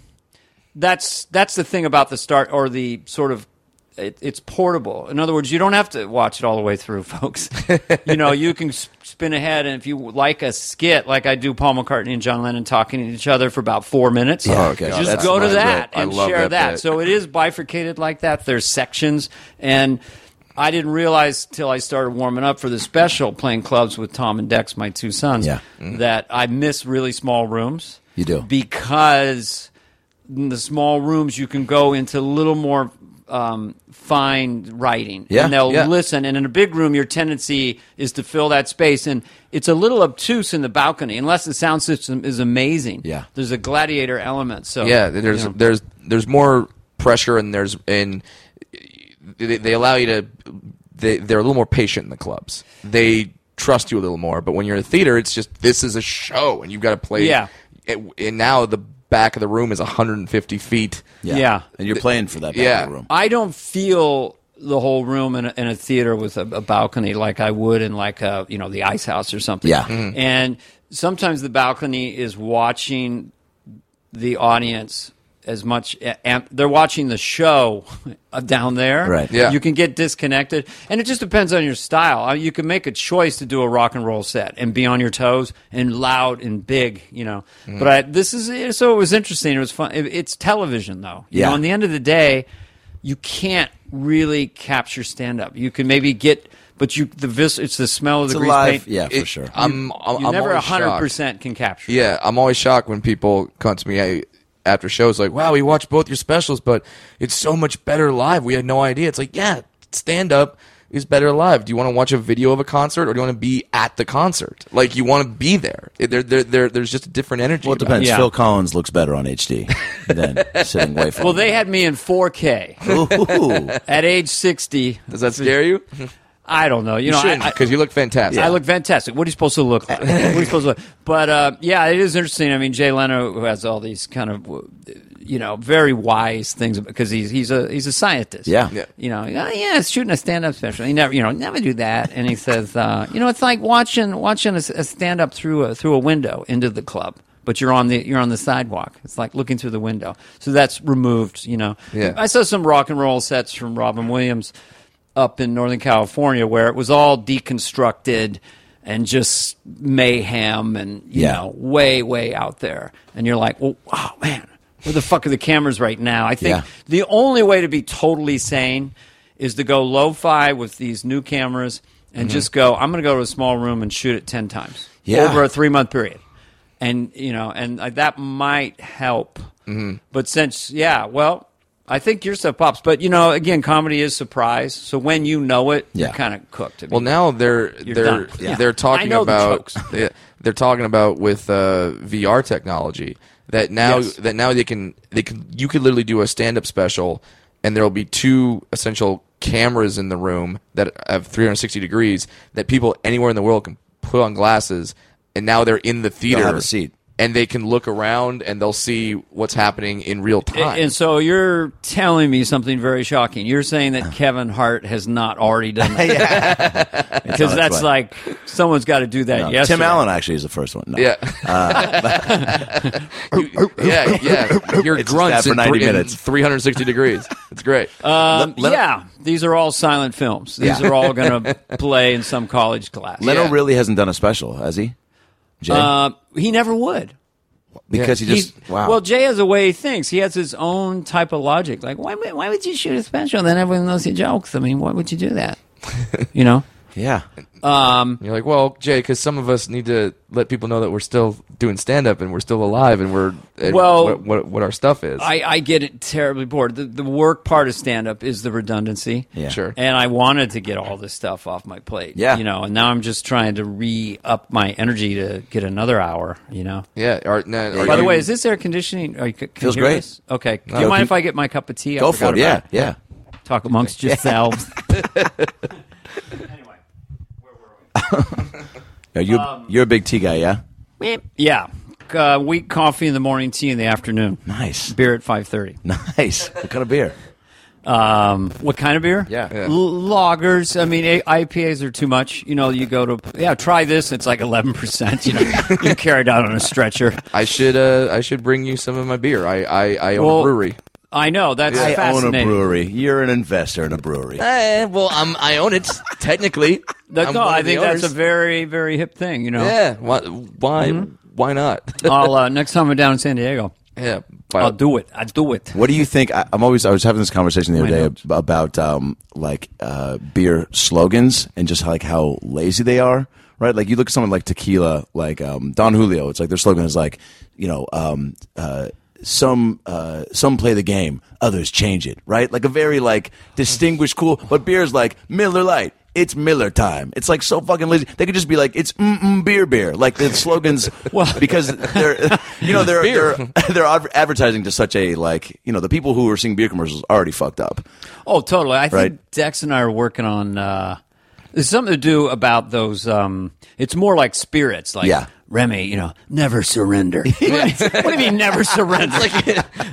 Speaker 2: that's that's the thing about the start or the sort of it, it's portable. In other words, you don't have to watch it all the way through, folks. you know, you can s- spin ahead, and if you like a skit, like I do, Paul McCartney and John Lennon talking to each other for about four minutes.
Speaker 1: Yeah, okay.
Speaker 2: Just
Speaker 1: That's
Speaker 2: go to
Speaker 3: my
Speaker 2: that
Speaker 3: bit. I
Speaker 2: and
Speaker 3: love
Speaker 2: share that.
Speaker 3: that bit.
Speaker 2: So it is bifurcated like that. There's sections and. I didn't realize till I started warming up for the special playing clubs with Tom and Dex, my two sons,
Speaker 1: Yeah.
Speaker 2: that I miss really small rooms.
Speaker 1: You do.
Speaker 2: Because in the small rooms, you can go into a little more um, fine writing.
Speaker 1: Yeah,
Speaker 2: And they'll
Speaker 1: yeah.
Speaker 2: listen. And in a big room, your tendency is to fill that space. And it's a little obtuse in the balcony, unless the sound system is amazing.
Speaker 1: Yeah.
Speaker 2: There's a gladiator element. So
Speaker 3: Yeah, there's
Speaker 2: you know.
Speaker 3: there's there's more pressure and there's and they, they allow you to they they're a little more patient in the clubs. They trust you a little more. But when you're in a theater, it's just this is a show, and you've got to play.
Speaker 2: Yeah.
Speaker 3: It, and now the back of the room is 150 feet.
Speaker 2: Yeah.
Speaker 1: And you're playing for that back
Speaker 3: Yeah.
Speaker 1: of the room.
Speaker 2: I don't feel the whole room in a, in a theater with a, a balcony like I would in like a you know the ice house or something.
Speaker 1: Yeah.
Speaker 2: And sometimes the balcony is watching the audience as much a- am- they're watching the show down there
Speaker 1: Right.
Speaker 3: Yeah.
Speaker 2: you can get disconnected and it just depends on your style I mean, you can make a choice to do a rock and roll set and be on your toes and loud and big you know
Speaker 3: Mm.
Speaker 2: but I, this is eh, so it was interesting it was fun It- it's television though you
Speaker 1: Yeah.
Speaker 2: know, in the end of the day, you can't really capture stand up. You can maybe get, but you the vis, it's the smell of the
Speaker 1: It's
Speaker 2: grease
Speaker 1: alive.
Speaker 2: paint.
Speaker 1: Yeah, for
Speaker 3: It-
Speaker 1: sure.
Speaker 3: I'm, I'm,
Speaker 2: you
Speaker 3: I'm
Speaker 2: never
Speaker 3: always shocked.
Speaker 2: hundred percent can capture. it.
Speaker 3: Yeah, I'm always shocked when people come to me I, after shows like, "Wow, we watched both your specials, but it's so much better live. We had no idea." It's like, yeah, stand up is better live. Do you want to watch a video of a concert, or do you want to be at the concert? Like, you want to be there. It- There, there, there there's just a different energy.
Speaker 1: Well, it
Speaker 3: about
Speaker 1: depends.
Speaker 2: Yeah.
Speaker 1: Phil Collins looks better on HD than sitting way from.
Speaker 2: Well, they had me in 4K
Speaker 1: Ooh.
Speaker 2: at age 60.
Speaker 3: Does that scare you? You
Speaker 2: I don't know. You, know, I, I-
Speaker 3: because you look fantastic.
Speaker 2: I look fantastic. What are you supposed to look like? what are you supposed to look? But uh, yeah, it is interesting. I mean, Jay Leno who has all these kind of, you know, very wise things because he's he's a he's a scientist.
Speaker 1: Yeah. Yeah.
Speaker 2: You know, oh, yeah, it's shooting a stand up special. He never, you know, never do that. And he says, uh, you know, it's like watching watching a, stand up through a through a window into the club. But you're on the you're on the sidewalk. It's like looking through the window. So that's removed, you know.
Speaker 3: Yeah.
Speaker 2: I saw some rock and roll sets from Robin Williams up in Northern California where it was all deconstructed and just mayhem and you
Speaker 1: Yeah.
Speaker 2: know way way out there and you're like well wow man where the fuck are the cameras right now i think
Speaker 1: Yeah.
Speaker 2: the only way to be totally sane is to go lo-fi with these new cameras and just go i'm going to go to a small room and shoot it 10 times
Speaker 1: Mm-hmm. Yeah.
Speaker 2: over a 3 month period and you know and I, that might help
Speaker 1: Mm-hmm.
Speaker 2: but since yeah well i think your stuff pops but you know again comedy is surprise so when you know it
Speaker 1: Yeah.
Speaker 2: you're kind of cooked I mean,
Speaker 3: Well, now they're they're
Speaker 2: done. Yeah.
Speaker 3: they're
Speaker 2: I
Speaker 3: talking
Speaker 2: know the
Speaker 3: about
Speaker 2: jokes.
Speaker 3: yeah, they're talking about with uh, VR technology that now
Speaker 2: Yes.
Speaker 3: that now they can they can you could literally do a stand up special and there'll be two essential cameras in the room that have 360 degrees that people anywhere in the world can put on glasses and now they're in the theater
Speaker 1: have a seat.
Speaker 3: and they can look around and they'll see what's happening in real time.
Speaker 2: And so you're telling me something very shocking. You're saying
Speaker 1: Uh-huh.
Speaker 2: that Kevin Hart has not already done that. Because that's
Speaker 1: right.
Speaker 2: like someone's got to do that.
Speaker 1: No,
Speaker 2: Yes,
Speaker 1: Tim Allen actually is the first one. No.
Speaker 3: Yeah. You- yeah, yeah. Your
Speaker 1: It's
Speaker 3: grunts
Speaker 1: that for
Speaker 3: in
Speaker 1: 90
Speaker 3: three- in
Speaker 1: minutes. Uh,
Speaker 3: 360 degrees. It's great.
Speaker 2: Um,
Speaker 1: Let- let-
Speaker 2: yeah, these are all silent films. These
Speaker 1: Yeah.
Speaker 2: are all going to play in some college class.
Speaker 1: Leno
Speaker 3: Yeah.
Speaker 1: really hasn't done a special, has he? Jay,
Speaker 2: Uh, he never would.
Speaker 1: because he just
Speaker 2: He's-
Speaker 1: wow.
Speaker 2: Well, Jay has a way he thinks. He has his own type of logic. Like, why, would- why would you shoot a special? Then everyone knows your jokes. I mean, why would you do that? You know? Um,
Speaker 1: yeah,
Speaker 3: You're like, well, Jay, because some of us need to let people know that we're still doing stand up and we're still alive and we're and
Speaker 2: Well,
Speaker 3: what, what what our stuff is.
Speaker 2: I, I get it terribly bored. The, the work part of stand up is the redundancy.
Speaker 1: yeah,
Speaker 3: Sure.
Speaker 2: And I wanted to get all this stuff off my plate.
Speaker 1: Yeah.
Speaker 2: You know, and now I'm just trying to re up my energy to get another hour, you know?
Speaker 3: yeah. Are, no, are
Speaker 2: By the
Speaker 3: you-
Speaker 2: way, is this air conditioning? Are you, can you
Speaker 1: Feels
Speaker 2: hear
Speaker 1: great.
Speaker 2: This? Okay. Do
Speaker 1: No,
Speaker 2: you mind
Speaker 1: can-
Speaker 2: if I get my cup of tea? I
Speaker 1: Go
Speaker 2: forgot
Speaker 1: for it. Yeah,
Speaker 2: about
Speaker 1: yeah.
Speaker 2: Talk amongst yourselves. anyway, where were we?
Speaker 1: Are you you're a big tea guy, yeah.
Speaker 2: Meep. Yeah. Uh, weak coffee in the morning, tea in the afternoon.
Speaker 1: Nice,
Speaker 2: Beer at 5.30.
Speaker 1: nice. What kind of beer?
Speaker 2: Um, what kind of beer?
Speaker 1: Yeah. Yeah.
Speaker 2: L- lagers. I mean, a- IPAs are too much. You know, you go to yeah, try this. It's like eleven percent. You know, you carry it out on a stretcher.
Speaker 3: I should uh, I should bring you some of my beer. I I, I own
Speaker 2: Well,
Speaker 3: a brewery.
Speaker 2: I know that's
Speaker 1: I own
Speaker 2: fascinating.
Speaker 1: a brewery. You're an investor in a brewery.
Speaker 2: eh,
Speaker 3: well, I'm I own it technically.
Speaker 2: That- no, I think that's a very very hip thing. You know,
Speaker 3: yeah. Why why,
Speaker 2: Mm-hmm.
Speaker 3: why not?
Speaker 2: I'll uh, next time I'm down in San Diego,
Speaker 3: yeah.
Speaker 2: I'll do it. I do it.
Speaker 1: What do you think? I, I'm always. I was having this conversation the other
Speaker 2: My
Speaker 1: day
Speaker 2: notes.
Speaker 1: ab- about um, like uh, beer slogans and just like how lazy they are, right? Like you look at someone like tequila, like um, Don Julio. It's like their slogan is like, you know, um, uh, some uh, some play the game, others change it, right? Like a very like distinguished, cool. But beer is like Miller Lite, it's Miller time. It's like so fucking lazy. They could just be like, it's mm-mm beer beer. Like the slogans,
Speaker 2: Well-
Speaker 1: because they're, you know, they're,
Speaker 3: Beer.
Speaker 1: they're, they're ad- advertising to such a, like, you know, the people who are seeing beer commercials are already fucked up.
Speaker 2: Oh, totally. I think
Speaker 1: Right.
Speaker 2: Dex and I are working on uh, there's something to do about those. Um, it's more like spirits, like
Speaker 1: Yeah.
Speaker 2: Remy. You know, never surrender. what do you mean, never surrender?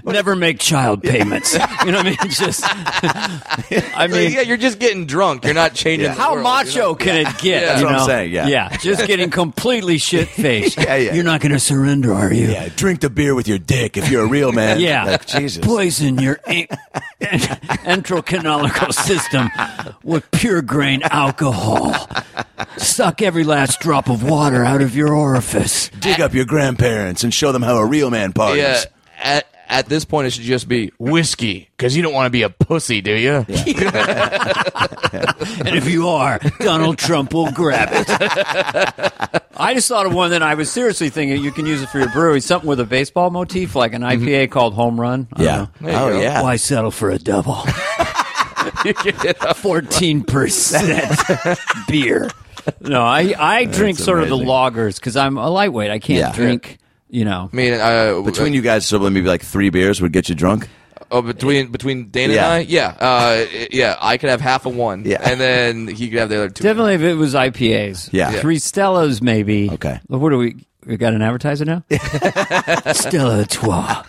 Speaker 2: never make child payments. you know what I mean? It's Just, I mean,
Speaker 3: yeah, you're just getting drunk. You're not changing. the
Speaker 2: how
Speaker 3: world, you know?
Speaker 2: macho can it get?
Speaker 3: That's
Speaker 2: you
Speaker 1: what I'm
Speaker 2: know?
Speaker 1: saying, yeah.
Speaker 2: just getting completely shit faced.
Speaker 1: Yeah, yeah.
Speaker 2: You're not going to surrender, are you?
Speaker 1: Yeah, drink the beer with your dick if you're a real man.
Speaker 2: Yeah.
Speaker 1: Like, Jesus.
Speaker 2: Poison your en- enterocanalical system with pure grain alcohol. Suck every last drop of water out of your orifice.
Speaker 1: Dig up your grandparents and show them how a real man parties.
Speaker 3: Yeah. At, at this point, it should just be whiskey because you don't want to be a pussy, do you?
Speaker 2: And if you are, Donald Trump will grab it. I just thought of one that I was seriously thinking you can use it for your brewery. Something with a baseball motif, like an IPA called Home Run. I don't
Speaker 1: Yeah.
Speaker 2: know.
Speaker 3: There you
Speaker 1: Oh,
Speaker 3: go.
Speaker 1: yeah.
Speaker 2: Why settle for a double? Fourteen percent beer. No, I I drink
Speaker 1: That's
Speaker 2: sort of the
Speaker 1: amazing.
Speaker 2: lagers because I'm a lightweight. I can't
Speaker 1: Yeah.
Speaker 2: drink. You know,
Speaker 3: I mean, uh,
Speaker 1: Between you guys, so maybe like three beers would get you drunk.
Speaker 3: Oh, between between Dan
Speaker 1: Yeah.
Speaker 3: and I, yeah, uh, yeah, I could have half of one,
Speaker 1: Yeah.
Speaker 3: and then he could have the other two.
Speaker 2: definitely if it was IPAs.
Speaker 1: Yeah. Yeah.
Speaker 2: three Stellas maybe.
Speaker 1: Okay.
Speaker 2: But What do we? We got an advertiser now. Stella Artois.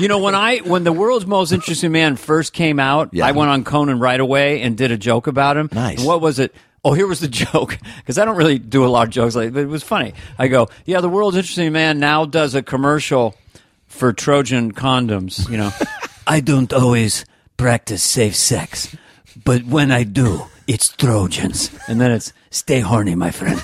Speaker 2: You know when I when the world's most interesting man first came out,
Speaker 1: Yeah.
Speaker 2: I went on Conan right away and did a joke about him.
Speaker 1: Nice.
Speaker 2: And what was it? Oh, here was the joke because I don't really do a lot of jokes like, but it was funny. I go, yeah, the world's interesting man now does a commercial for Trojan condoms. You know, I don't always practice safe sex, but when I do, it's Trojans, and then it's stay horny, my friends.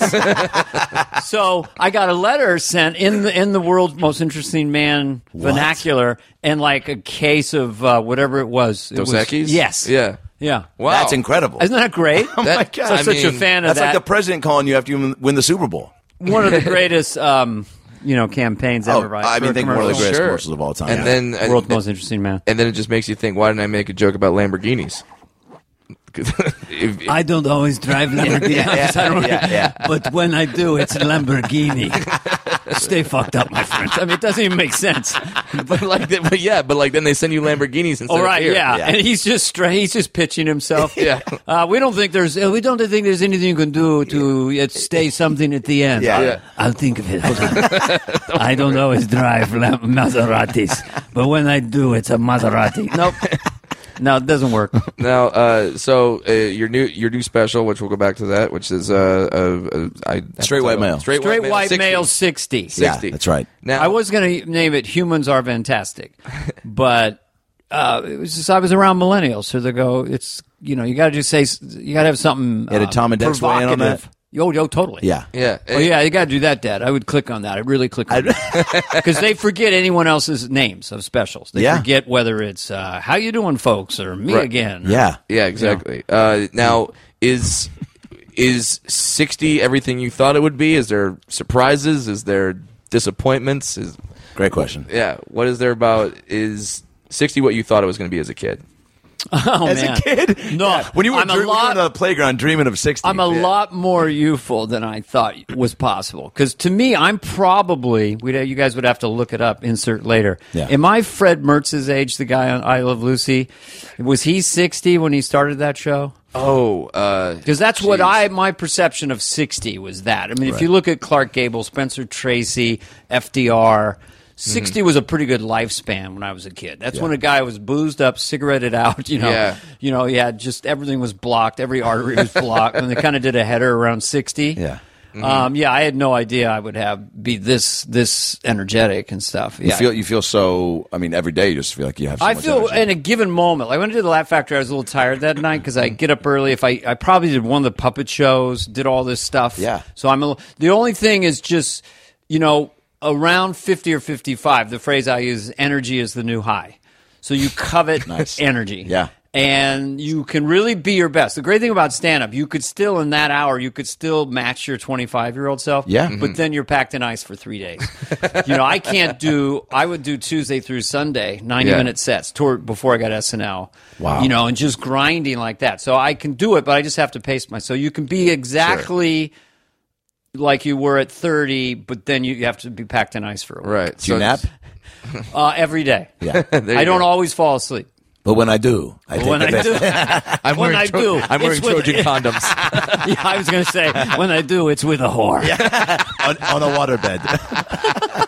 Speaker 2: So I got a letter sent in the in the world's most interesting man vernacular, and like a case of uh, whatever it was. It
Speaker 3: Dos
Speaker 2: was-
Speaker 3: Equis?
Speaker 2: Yes.
Speaker 3: Yeah.
Speaker 2: Yeah.
Speaker 3: Wow.
Speaker 1: That's incredible.
Speaker 2: Isn't that great? oh
Speaker 3: my God.
Speaker 2: I'm such
Speaker 3: I
Speaker 2: a
Speaker 3: mean,
Speaker 2: fan of
Speaker 1: That's like
Speaker 2: that.
Speaker 1: the president calling you after you win the Super Bowl.
Speaker 2: One of the greatest, um, you know, campaigns
Speaker 1: Oh,
Speaker 2: ever. Right?
Speaker 1: I mean,
Speaker 2: For a
Speaker 1: think one of the
Speaker 2: commercial.
Speaker 1: greatest commercials of all time.
Speaker 3: And
Speaker 1: Yeah.
Speaker 3: then and,
Speaker 2: world's most interesting man.
Speaker 3: and then it just makes you think, why didn't I make a joke about Lamborghinis? 'Cause if-
Speaker 2: I don't always drive Lamborghini,
Speaker 1: yeah, yeah.
Speaker 2: but when I do, it's Lamborghini. Stay fucked up, my friends. I mean, it doesn't even make sense.
Speaker 3: but like, that- but yeah, but like then they send you Lamborghinis instead.
Speaker 2: All right,
Speaker 3: of beer.
Speaker 2: yeah.
Speaker 1: Yeah.
Speaker 2: and he's just straight. He's just pitching himself.
Speaker 3: Yeah.
Speaker 2: uh, we don't think there's. Uh, we don't think there's anything you can do to uh, stay something at the end.
Speaker 1: Yeah.
Speaker 3: Yeah.
Speaker 2: I'll think of it. Hold on. I don't always drive la- Maseratis, but when I do, it's a Maserati. Nope. No, it doesn't work.
Speaker 3: Now, uh, so uh, your new your new special, which we'll go back to that, which is uh, uh, uh, I
Speaker 1: Straight white male.
Speaker 3: straight,
Speaker 2: Straight white
Speaker 3: 60.
Speaker 2: male, sixty.
Speaker 1: yeah,
Speaker 3: 60.
Speaker 1: that's right.
Speaker 3: Now,
Speaker 2: I was going to name it "Humans Are Fantastic," but uh, it was just I was around millennials, so they go, "It's you know, you got to just say s- you got to have something."
Speaker 1: Yeah, did
Speaker 2: uh,
Speaker 1: Tom and Dex weigh in on
Speaker 2: provocative. Yo, yo, totally.
Speaker 1: Yeah.
Speaker 3: yeah, eh,
Speaker 2: Oh yeah, you got to do that, Dad. I would click on that. I really click on because they forget anyone else's names of specials. They
Speaker 1: Yeah.
Speaker 2: forget whether it's uh, "How you doing, folks" or "Me
Speaker 3: Right.
Speaker 2: again." or-
Speaker 1: Yeah.
Speaker 3: Yeah, exactly. Uh, now is is sixty everything you thought it would be? Is there surprises? Is there disappointments? Is
Speaker 1: Great question.
Speaker 3: yeah, what is there about is sixty what you thought it was going to be as a kid?
Speaker 2: Oh,
Speaker 1: As
Speaker 2: man.
Speaker 1: a kid,
Speaker 2: no.
Speaker 1: when you were,
Speaker 2: I'm
Speaker 1: dr-
Speaker 2: a
Speaker 1: when you were
Speaker 2: lot
Speaker 1: on the playground dreaming of 60
Speaker 2: I'm a lot more youthful than I thought was possible. Because to me, I'm probably we'd, you guys would have to look it up. Insert later.
Speaker 1: Yeah.
Speaker 2: Am I Fred Mertz's age? The guy on I Love Lucy. Was he 60 when he started that show?
Speaker 3: Oh, uh,
Speaker 2: Because that's what
Speaker 3: Jeez.
Speaker 2: I my perception of 60 was that. I mean, if you look at Clark Gable, Spencer Tracy, FDR. 60
Speaker 1: Mm-hmm.
Speaker 2: was a pretty good lifespan when I was a kid. That's when a guy was boozed up, cigaretted out, you know.
Speaker 3: Yeah.
Speaker 2: You know, he had just everything was blocked, every artery was blocked, and they kind of did a header around 60.
Speaker 1: Yeah.
Speaker 2: Um, yeah, I had no idea I would have be this this energetic and stuff. Yeah.
Speaker 1: You feel you feel so. I mean, every day you just feel like you have. So
Speaker 2: I
Speaker 1: much
Speaker 2: feel
Speaker 1: energy.
Speaker 2: in a given moment. Like when I did the Laugh Factory, I was a little tired that night because I
Speaker 1: Mm.
Speaker 2: get up early. If I, I probably did one of the puppet shows, did all this stuff.
Speaker 1: Yeah.
Speaker 2: So I'm a little, the only thing is just you know around fifty or fifty five. The phrase I use: energy is the new high. So you covet
Speaker 1: Nice.
Speaker 2: energy.
Speaker 1: Yeah.
Speaker 2: and you can really be your best. The great thing about stand up, you could still in that hour, you could still match your 25 year old self.
Speaker 1: Yeah.
Speaker 2: But then you're packed in ice for three days. you know, I can't do, I would do Tuesday through Sunday, 90
Speaker 3: Yeah.
Speaker 2: minute sets tour before I got SNL.
Speaker 1: Wow.
Speaker 2: You know, and just grinding like that. So I can do it, but I just have to pace myself. So you can be exactly like you were at 30, but then you, you have to be packed in ice for a week.
Speaker 3: Right.
Speaker 1: Do you nap?
Speaker 2: Uh, every day.
Speaker 1: Yeah.
Speaker 3: There
Speaker 2: I
Speaker 3: you
Speaker 2: don't
Speaker 3: go.
Speaker 2: always fall asleep.
Speaker 1: But when I do, I
Speaker 2: But
Speaker 1: think
Speaker 2: when
Speaker 1: that
Speaker 2: I do,
Speaker 3: I'm
Speaker 2: when
Speaker 3: wearing
Speaker 2: I do,
Speaker 3: I'm
Speaker 2: it's
Speaker 3: wearing
Speaker 2: with-
Speaker 3: Trojan condoms.
Speaker 2: Yeah, I was going to say, when I do, it's with a whore.
Speaker 1: on, on a waterbed.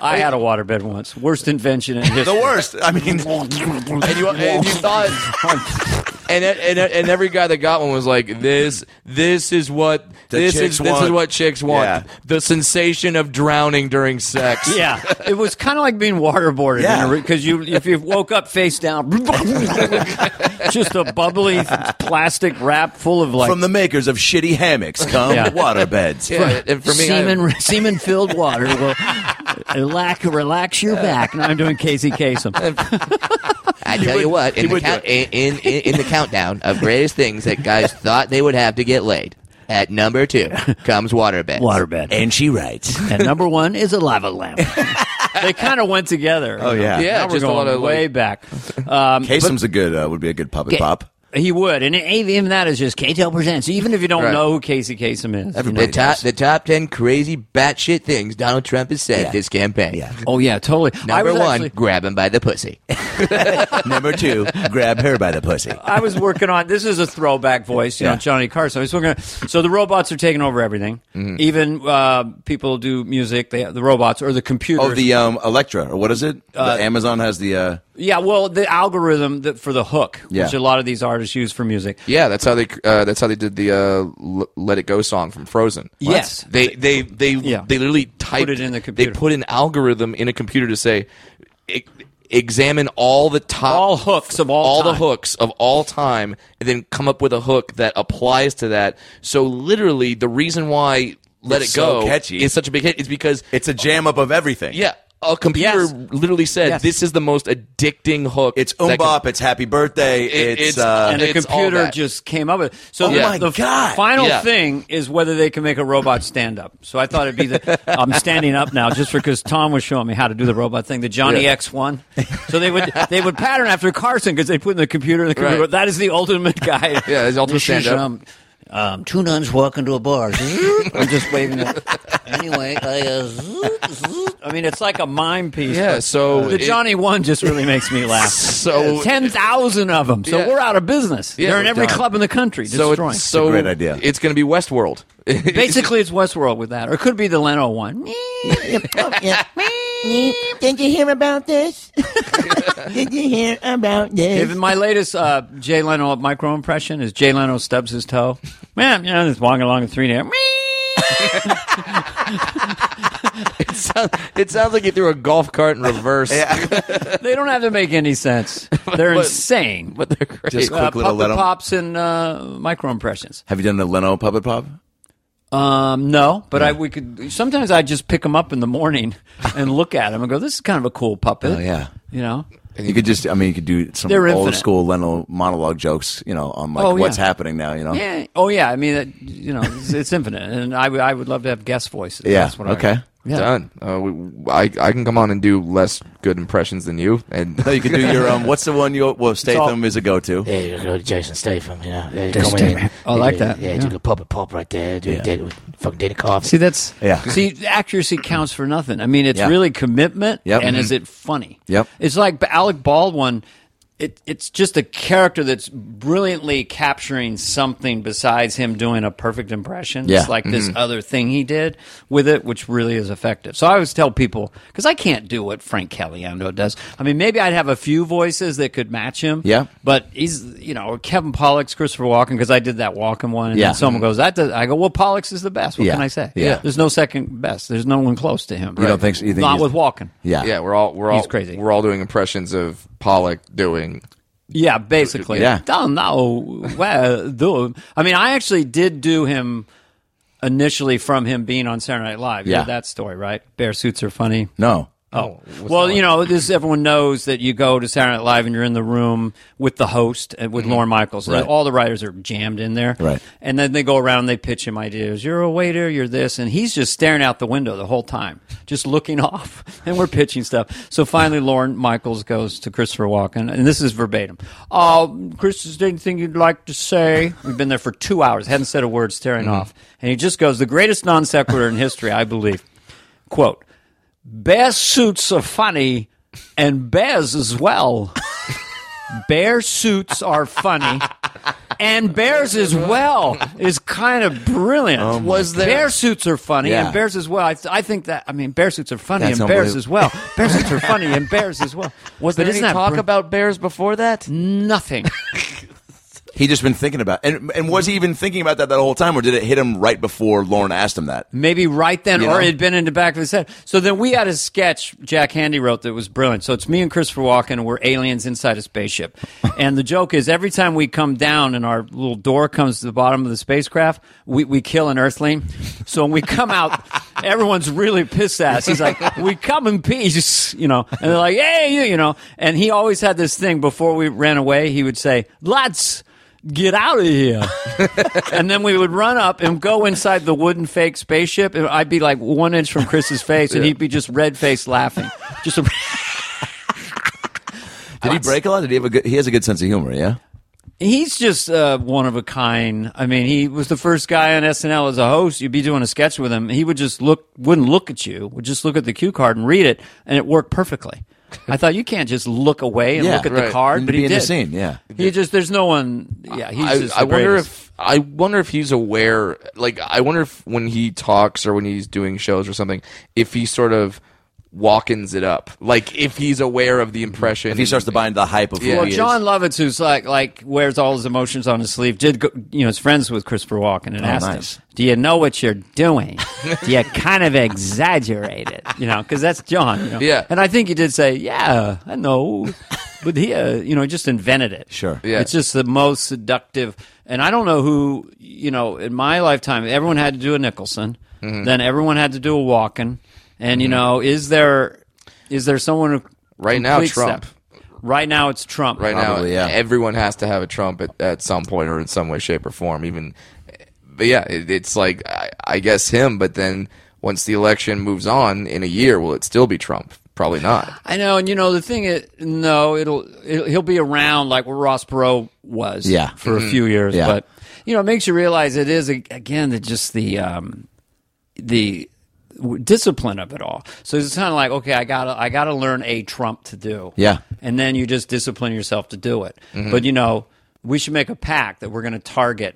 Speaker 2: I had a waterbed once. Worst invention in history.
Speaker 1: the worst. I mean,
Speaker 3: and you, and you thought, and, and and every guy that got one was like, this this is what
Speaker 1: The
Speaker 3: this
Speaker 1: chicks
Speaker 3: is this is
Speaker 1: want-
Speaker 3: what chicks want.
Speaker 1: Yeah.
Speaker 3: The sensation of drowning during sex.
Speaker 2: Yeah, it was kind of like being waterboarded
Speaker 1: Yeah.
Speaker 2: because you if you woke up face down, just a bubbly plastic wrap full of like
Speaker 1: from the makers of shitty hammocks come
Speaker 2: Yeah.
Speaker 1: waterbeds.
Speaker 3: Yeah, and for me, I-
Speaker 2: semen semen filled water will relax relax your back. Now I'm doing Casey Kasem.
Speaker 4: I tell you what, in
Speaker 1: he
Speaker 4: the,
Speaker 1: would do
Speaker 4: count, in, in, in the countdown of greatest things that guys thought they would have to get laid, at number two comes waterbed.
Speaker 2: Waterbed.
Speaker 1: And she writes.
Speaker 2: And number one is a lava lamp. they kind of went together.
Speaker 1: Oh, yeah.
Speaker 3: Yeah,
Speaker 2: Now we're
Speaker 3: just a
Speaker 2: going
Speaker 3: lot of, like-
Speaker 2: way back. Um,
Speaker 1: Kasem's a good, uh, would be a good puppet pop.
Speaker 2: He would, and it- even that is just KTEL presents. Even if you don't
Speaker 3: Right.
Speaker 2: know who Casey Kasem is, you
Speaker 4: The
Speaker 2: know.
Speaker 4: top, the top 10 crazy batshit things Donald Trump has said this campaign.
Speaker 1: Yeah.
Speaker 2: oh yeah, totally. I
Speaker 4: Number
Speaker 2: was
Speaker 4: one,
Speaker 2: actually-
Speaker 4: grab him by the pussy.
Speaker 1: Number two, grab her by the pussy.
Speaker 2: I was working on this is a throwback voice, you
Speaker 1: Yeah.
Speaker 2: know, Johnny Carson. I was working on, so the robots are taking over everything.
Speaker 1: Mm-hmm.
Speaker 2: Even uh, people do music. They the robots or the computers.
Speaker 1: Oh, the um, Electra, or what is it? the Amazon has the. Uh,
Speaker 2: yeah, well, the algorithm that, for the hook,
Speaker 1: Yeah.
Speaker 2: which a lot of these artists use for music.
Speaker 3: Yeah, that's how they uh, that's how they did the uh, L- "Let It Go" song from Frozen.
Speaker 2: Yes.
Speaker 3: they they they
Speaker 2: Yeah.
Speaker 3: they literally typed
Speaker 2: it in the
Speaker 3: They
Speaker 2: computer.
Speaker 3: put an algorithm in a computer to say, "E- examine all the top
Speaker 2: All hooks of all
Speaker 3: all the
Speaker 2: time."
Speaker 3: hooks of all time, and then come up with a hook that applies to that. So literally, the reason why "Let
Speaker 1: It's
Speaker 3: It Go"
Speaker 1: so catchy.
Speaker 3: is such a big hit is because
Speaker 1: it's a jam up of everything.
Speaker 3: yeah. A computer
Speaker 2: Yes.
Speaker 3: literally said,
Speaker 2: Yes.
Speaker 3: "This is the most addicting hook."
Speaker 1: It's
Speaker 3: that can-
Speaker 1: Umbop, it's Happy Birthday,
Speaker 3: It-
Speaker 1: it's.
Speaker 3: it's-
Speaker 1: uh,
Speaker 2: and the
Speaker 3: It's all
Speaker 2: computer
Speaker 3: that.
Speaker 2: just came up with it. So
Speaker 1: Oh
Speaker 2: the,
Speaker 1: my
Speaker 2: the
Speaker 1: God.
Speaker 2: final
Speaker 3: Yeah.
Speaker 2: thing is whether they can make a robot stand up. So I thought it'd be the I'm standing up now just because Tom was showing me how to do the robot thing, the Johnny
Speaker 3: Yeah.
Speaker 2: X one. So they would they would pattern after Carson because they put in the computer. The computer
Speaker 3: Right.
Speaker 2: that is the ultimate guy.
Speaker 3: Yeah, it's the ultimate
Speaker 2: This is,
Speaker 3: stand-up.
Speaker 2: Um, um, two nuns walk into a bar. I'm just waving. It.
Speaker 4: anyway, I,
Speaker 2: uh, I mean, it's like a mime piece.
Speaker 3: Yeah,
Speaker 2: but
Speaker 3: so
Speaker 2: the
Speaker 3: it-
Speaker 2: Johnny one just really makes me laugh.
Speaker 3: So-
Speaker 2: ten thousand of them. So
Speaker 3: Yeah.
Speaker 2: we're out of business.
Speaker 3: Yeah,
Speaker 2: They're in
Speaker 3: we're
Speaker 2: every
Speaker 3: done.
Speaker 2: club in the country.
Speaker 3: so
Speaker 2: destroying.
Speaker 3: it's so
Speaker 1: great idea.
Speaker 3: It's going to be Westworld.
Speaker 2: Basically, it's Westworld with that, or it could be the Leno one.
Speaker 5: Did you hear about this? Did you hear about this?
Speaker 2: If my latest uh, Jay Leno micro impression is Jay Leno stubs his toe. Man, you know, just walking along the three there.
Speaker 3: sound- it sounds like you threw a golf cart in reverse.
Speaker 2: They don't have to make any sense. They're
Speaker 3: But-
Speaker 2: insane.
Speaker 3: But they're great.
Speaker 1: Just-
Speaker 2: uh,
Speaker 1: Quick little
Speaker 2: puppet
Speaker 1: Leno.
Speaker 2: pops and uh, micro impressions.
Speaker 1: have you done a Leno puppet pop?
Speaker 2: Um, no, but I we could sometimes I just pick them up in the morning and look at them and go, "This is kind of a cool
Speaker 1: Oh,
Speaker 2: puppet."
Speaker 1: yeah.
Speaker 2: you know.
Speaker 1: You could just, I mean, you could do some
Speaker 2: They're
Speaker 1: old
Speaker 2: infinite.
Speaker 1: school Leno monologue jokes, you know, on like
Speaker 2: Oh, yeah.
Speaker 1: what's happening now, you know?
Speaker 2: Yeah. Oh yeah. I mean, that, you know, it's, it's infinite, and I, w- I would love to have guest voices.
Speaker 1: Yeah,
Speaker 2: That's what I-
Speaker 1: okay.
Speaker 2: Yeah.
Speaker 3: Done. Uh, we, I, I can come on and do less good impressions than you. And
Speaker 1: No, you could do your, um, what's the one you, well, Statham is a go to.
Speaker 6: Yeah, you go to Jason Statham, you know. Yeah, you
Speaker 2: Jason
Speaker 6: come in,
Speaker 2: Statham. I
Speaker 6: you
Speaker 2: like
Speaker 6: do-
Speaker 2: that,
Speaker 6: Yeah,
Speaker 2: yeah.
Speaker 6: do the puppet pop right there. Do yeah. with fucking Danny Coffin.
Speaker 2: See, that's
Speaker 1: Yeah.
Speaker 2: See, accuracy counts for nothing. I mean, it's
Speaker 1: Yeah.
Speaker 2: really commitment,
Speaker 1: Yep. Mm-hmm.
Speaker 2: and is it funny?
Speaker 1: Yep.
Speaker 2: It's like B- Alec Baldwin. It, it's just a character that's brilliantly capturing something besides him doing a perfect impression.
Speaker 1: Yeah. Mm-hmm.
Speaker 2: It's like this other thing he did with it, which really is effective. So I always tell people because I can't do what Frank Caliendo does. I mean, maybe I'd have a few voices that could match him.
Speaker 1: Yeah.
Speaker 2: But he's, you know, Kevin Pollock's Christopher Walken because I did that Walken one, and
Speaker 1: Yeah. Mm-hmm.
Speaker 2: then someone goes, "That," does, I go, "Well, Pollock's is the best." What
Speaker 1: Yeah.
Speaker 2: can I say?
Speaker 1: Yeah.
Speaker 2: There's no second best. There's no one close to him.
Speaker 1: You don't think so? You think
Speaker 2: Not
Speaker 1: he's-
Speaker 2: with Walken.
Speaker 1: Yeah.
Speaker 3: yeah, we're all we're all
Speaker 2: He's crazy.
Speaker 3: We're all doing impressions of Pollock doing.
Speaker 2: Yeah, basically.
Speaker 1: Yeah.
Speaker 2: Don't know. Well, do. I mean, I actually did do him initially from him being on Saturday Night Live. You
Speaker 1: Yeah.
Speaker 2: heard that story, right? Bear suits are funny.
Speaker 1: No.
Speaker 2: Oh,
Speaker 3: what's
Speaker 2: well,
Speaker 3: that
Speaker 2: you
Speaker 3: like?
Speaker 2: know, this everyone knows that you go to Saturday Night Live and you're in the room with the host and with Lorne Michaels. And
Speaker 1: Right.
Speaker 2: All the writers are jammed in there,
Speaker 1: Right.
Speaker 2: And then they go around and they pitch him ideas. You're a waiter. You're this, and he's just staring out the window the whole time, just looking off. And we're pitching stuff. So finally, Lorne Michaels goes to Christopher Walken, and this is verbatim. Oh, Chris, is there anything you'd like to say? We've been there for two hours, hadn't said a word, staring off, and he just goes, "The greatest non sequitur in history, I believe." Quote. Bear suits are funny, and bears as well. bear suits are funny, and bears as well is kind of brilliant.
Speaker 3: Was there-
Speaker 2: bear suits are funny,
Speaker 1: Yeah.
Speaker 2: and bears as well? I, I think that I mean bear suits are funny,
Speaker 1: That's
Speaker 2: and bears
Speaker 1: unbelievable.
Speaker 2: as well. Bear suits are funny, and bears as well.
Speaker 3: Was
Speaker 2: but
Speaker 3: there
Speaker 2: isn't
Speaker 3: any
Speaker 2: that
Speaker 3: talk
Speaker 2: br-
Speaker 3: about bears before that?
Speaker 2: nothing?
Speaker 1: He just been thinking about, and and was he even thinking about that that whole time, or did it hit him right before Lauren asked him that?
Speaker 2: Maybe right then,
Speaker 1: You
Speaker 2: or
Speaker 1: know?
Speaker 2: it had been in the back of his head. So then we had a sketch Jack Handy wrote that was brilliant. So it's me and Christopher Walken, and we're aliens inside a spaceship. and the joke is every time we come down and our little door comes to the bottom of the spacecraft, we, we kill an Earthling. So when we come out, everyone's really pissed at us. He's like, we come in peace, you know. And they're like, hey, you, you know. And he always had this thing before we ran away, he would say, lads, get out of here. and then we would run up and go inside the wooden fake spaceship. And I'd be like one inch from Chris's face, and he'd be just red faced laughing. Just a,
Speaker 1: Did he break a lot? Did he have a good? He has a good sense of humor. Yeah.
Speaker 2: he's just uh, one of a kind. I mean, he was the first guy on SNL as a host. You'd be doing a sketch with him. He would just look, wouldn't look at you, would just look at the cue card and read it, and it worked perfectly. I thought you can't just look away and
Speaker 1: Yeah,
Speaker 2: look at
Speaker 3: right.
Speaker 2: the card,
Speaker 1: And
Speaker 2: but
Speaker 1: to be
Speaker 2: he
Speaker 1: in
Speaker 2: did.
Speaker 1: the scene. Yeah.
Speaker 2: He just there's no one. Yeah, he's
Speaker 3: I,
Speaker 2: just.
Speaker 3: I
Speaker 2: the
Speaker 3: wonder
Speaker 2: greatest.
Speaker 3: if I wonder if he's aware. Like, I wonder if when he talks or when he's doing shows or something, if he sort of walkens it up. Like, if he's aware of the impression.
Speaker 1: If he starts to buy into the hype of who
Speaker 2: Well,
Speaker 1: he is.
Speaker 2: John Lovitz, who's like like wears all his emotions on his sleeve, did go, you know is friends with Christopher Walken
Speaker 3: Oh,
Speaker 2: and asked
Speaker 1: nice.
Speaker 2: him, "Do you know what you're doing? Do you kind of exaggerate it? You know, because that's John. you know?
Speaker 3: Yeah.
Speaker 2: And I think he did say, "Yeah, I know," but he uh, you know just invented it.
Speaker 1: Sure.
Speaker 3: Yeah.
Speaker 2: It's just the most seductive. And I don't know who you know in my lifetime. Everyone had to do a Nicholson,
Speaker 3: Mm-hmm.
Speaker 2: then everyone had to do a Walken, and you know is there is there someone who
Speaker 3: Right now,
Speaker 2: completes
Speaker 3: Trump.
Speaker 2: that? Right now, it's Trump.
Speaker 3: right
Speaker 1: Probably, yeah.
Speaker 3: now, everyone has to have a Trump at, at some point or in some way, shape, or form. Even, but yeah, it, it's like I, I guess him. But then once the election moves on in a year, will it still be Trump? Probably not.
Speaker 2: I know, and you know the thing is, no, it'll, it'll he'll be around like where Ross Perot was,
Speaker 1: Yeah. Mm-hmm.
Speaker 2: for a few years.
Speaker 1: Yeah.
Speaker 2: But you know, it makes you realize it is ag- again that just the um, the w- discipline of it all. So it's kind of like, okay, I gotta I gotta learn a Trump to do,
Speaker 1: Yeah. Mm-hmm.
Speaker 2: and then you just discipline yourself to do it. But you know, we should make a pact that we're going to target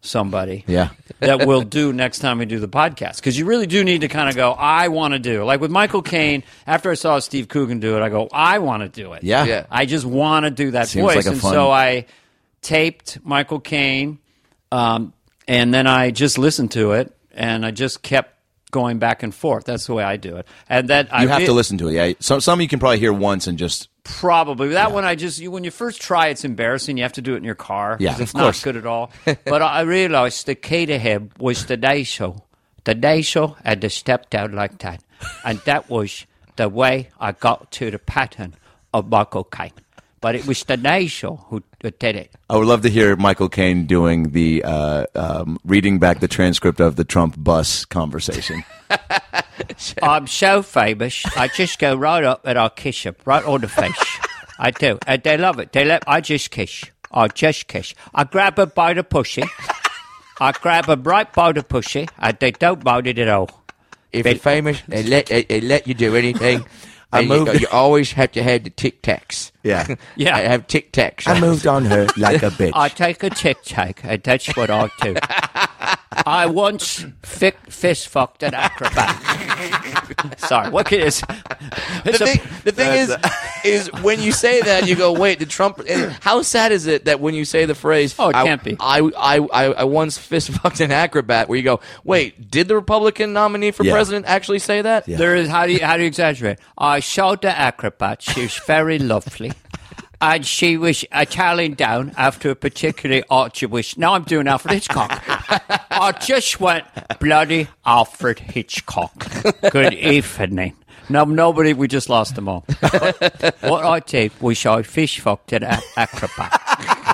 Speaker 2: somebody
Speaker 1: Yeah.
Speaker 2: that we'll do next time we do the podcast. Because you really do need to kind of go, I want to do. Like with Michael Caine, after I saw Steve Coogan do it, I go, I want to do it.
Speaker 1: Yeah.
Speaker 3: Yeah.
Speaker 2: I just want to do that
Speaker 1: Seems
Speaker 2: voice.
Speaker 1: like a
Speaker 2: and
Speaker 1: fun-
Speaker 2: so I taped Michael Caine, um, and then I just listened to it, and I just kept going back and forth. That's the way I do it. And that I
Speaker 1: You have
Speaker 2: re-
Speaker 1: to listen to it. Yeah. Some some you can probably hear once and just
Speaker 2: Probably that one. I just you, when you first try, it's embarrassing. You have to do it in your car. 'cause
Speaker 1: Yeah,
Speaker 2: it's
Speaker 1: of course.
Speaker 2: not good at all. but I realized the key to him was the nasal, the nasal, and the step down like that, and that was the way I got to the pattern of Michael Caine. But it was the nasal who, who did it.
Speaker 1: I would love to hear Michael Caine doing the uh, um, reading back the transcript of the Trump bus conversation.
Speaker 2: I'm so famous. I just go right up and I kiss them right on the face. I do, and they love it. They let I just kiss. I just kiss. I grab them by the pussy. I grab them right by the pussy, and they don't mind it at all.
Speaker 4: If you're famous, they let they, they let you do anything.
Speaker 1: I
Speaker 4: I
Speaker 1: moved-
Speaker 4: You, you always have to have the tic tacs.
Speaker 1: Yeah.
Speaker 2: Yeah.
Speaker 4: I have tic tacs.
Speaker 5: I moved on her like a bitch.
Speaker 2: I take a tic tac, and that's what I do. I once fi- fist fucked an acrobat. Sorry, what can is?
Speaker 3: the thing, the thing is, is when you say that, you go, wait, did Trump? and how sad is it that when you say the phrase,
Speaker 2: Oh, it
Speaker 3: I-
Speaker 2: can't be.
Speaker 3: I, I, I, I once fist fucked an acrobat, where you go, wait, did the Republican nominee for
Speaker 1: Yeah.
Speaker 3: president actually say that?
Speaker 2: There is how do you how do you exaggerate? I showed the acrobat. She was very lovely. And she was uh, toweling down after a particularly arduous. Now I'm doing Alfred Hitchcock. I just went bloody Alfred Hitchcock. Good evening. No, nobody. We just lost them all. what I did was I fish fucked at a- Acrobat.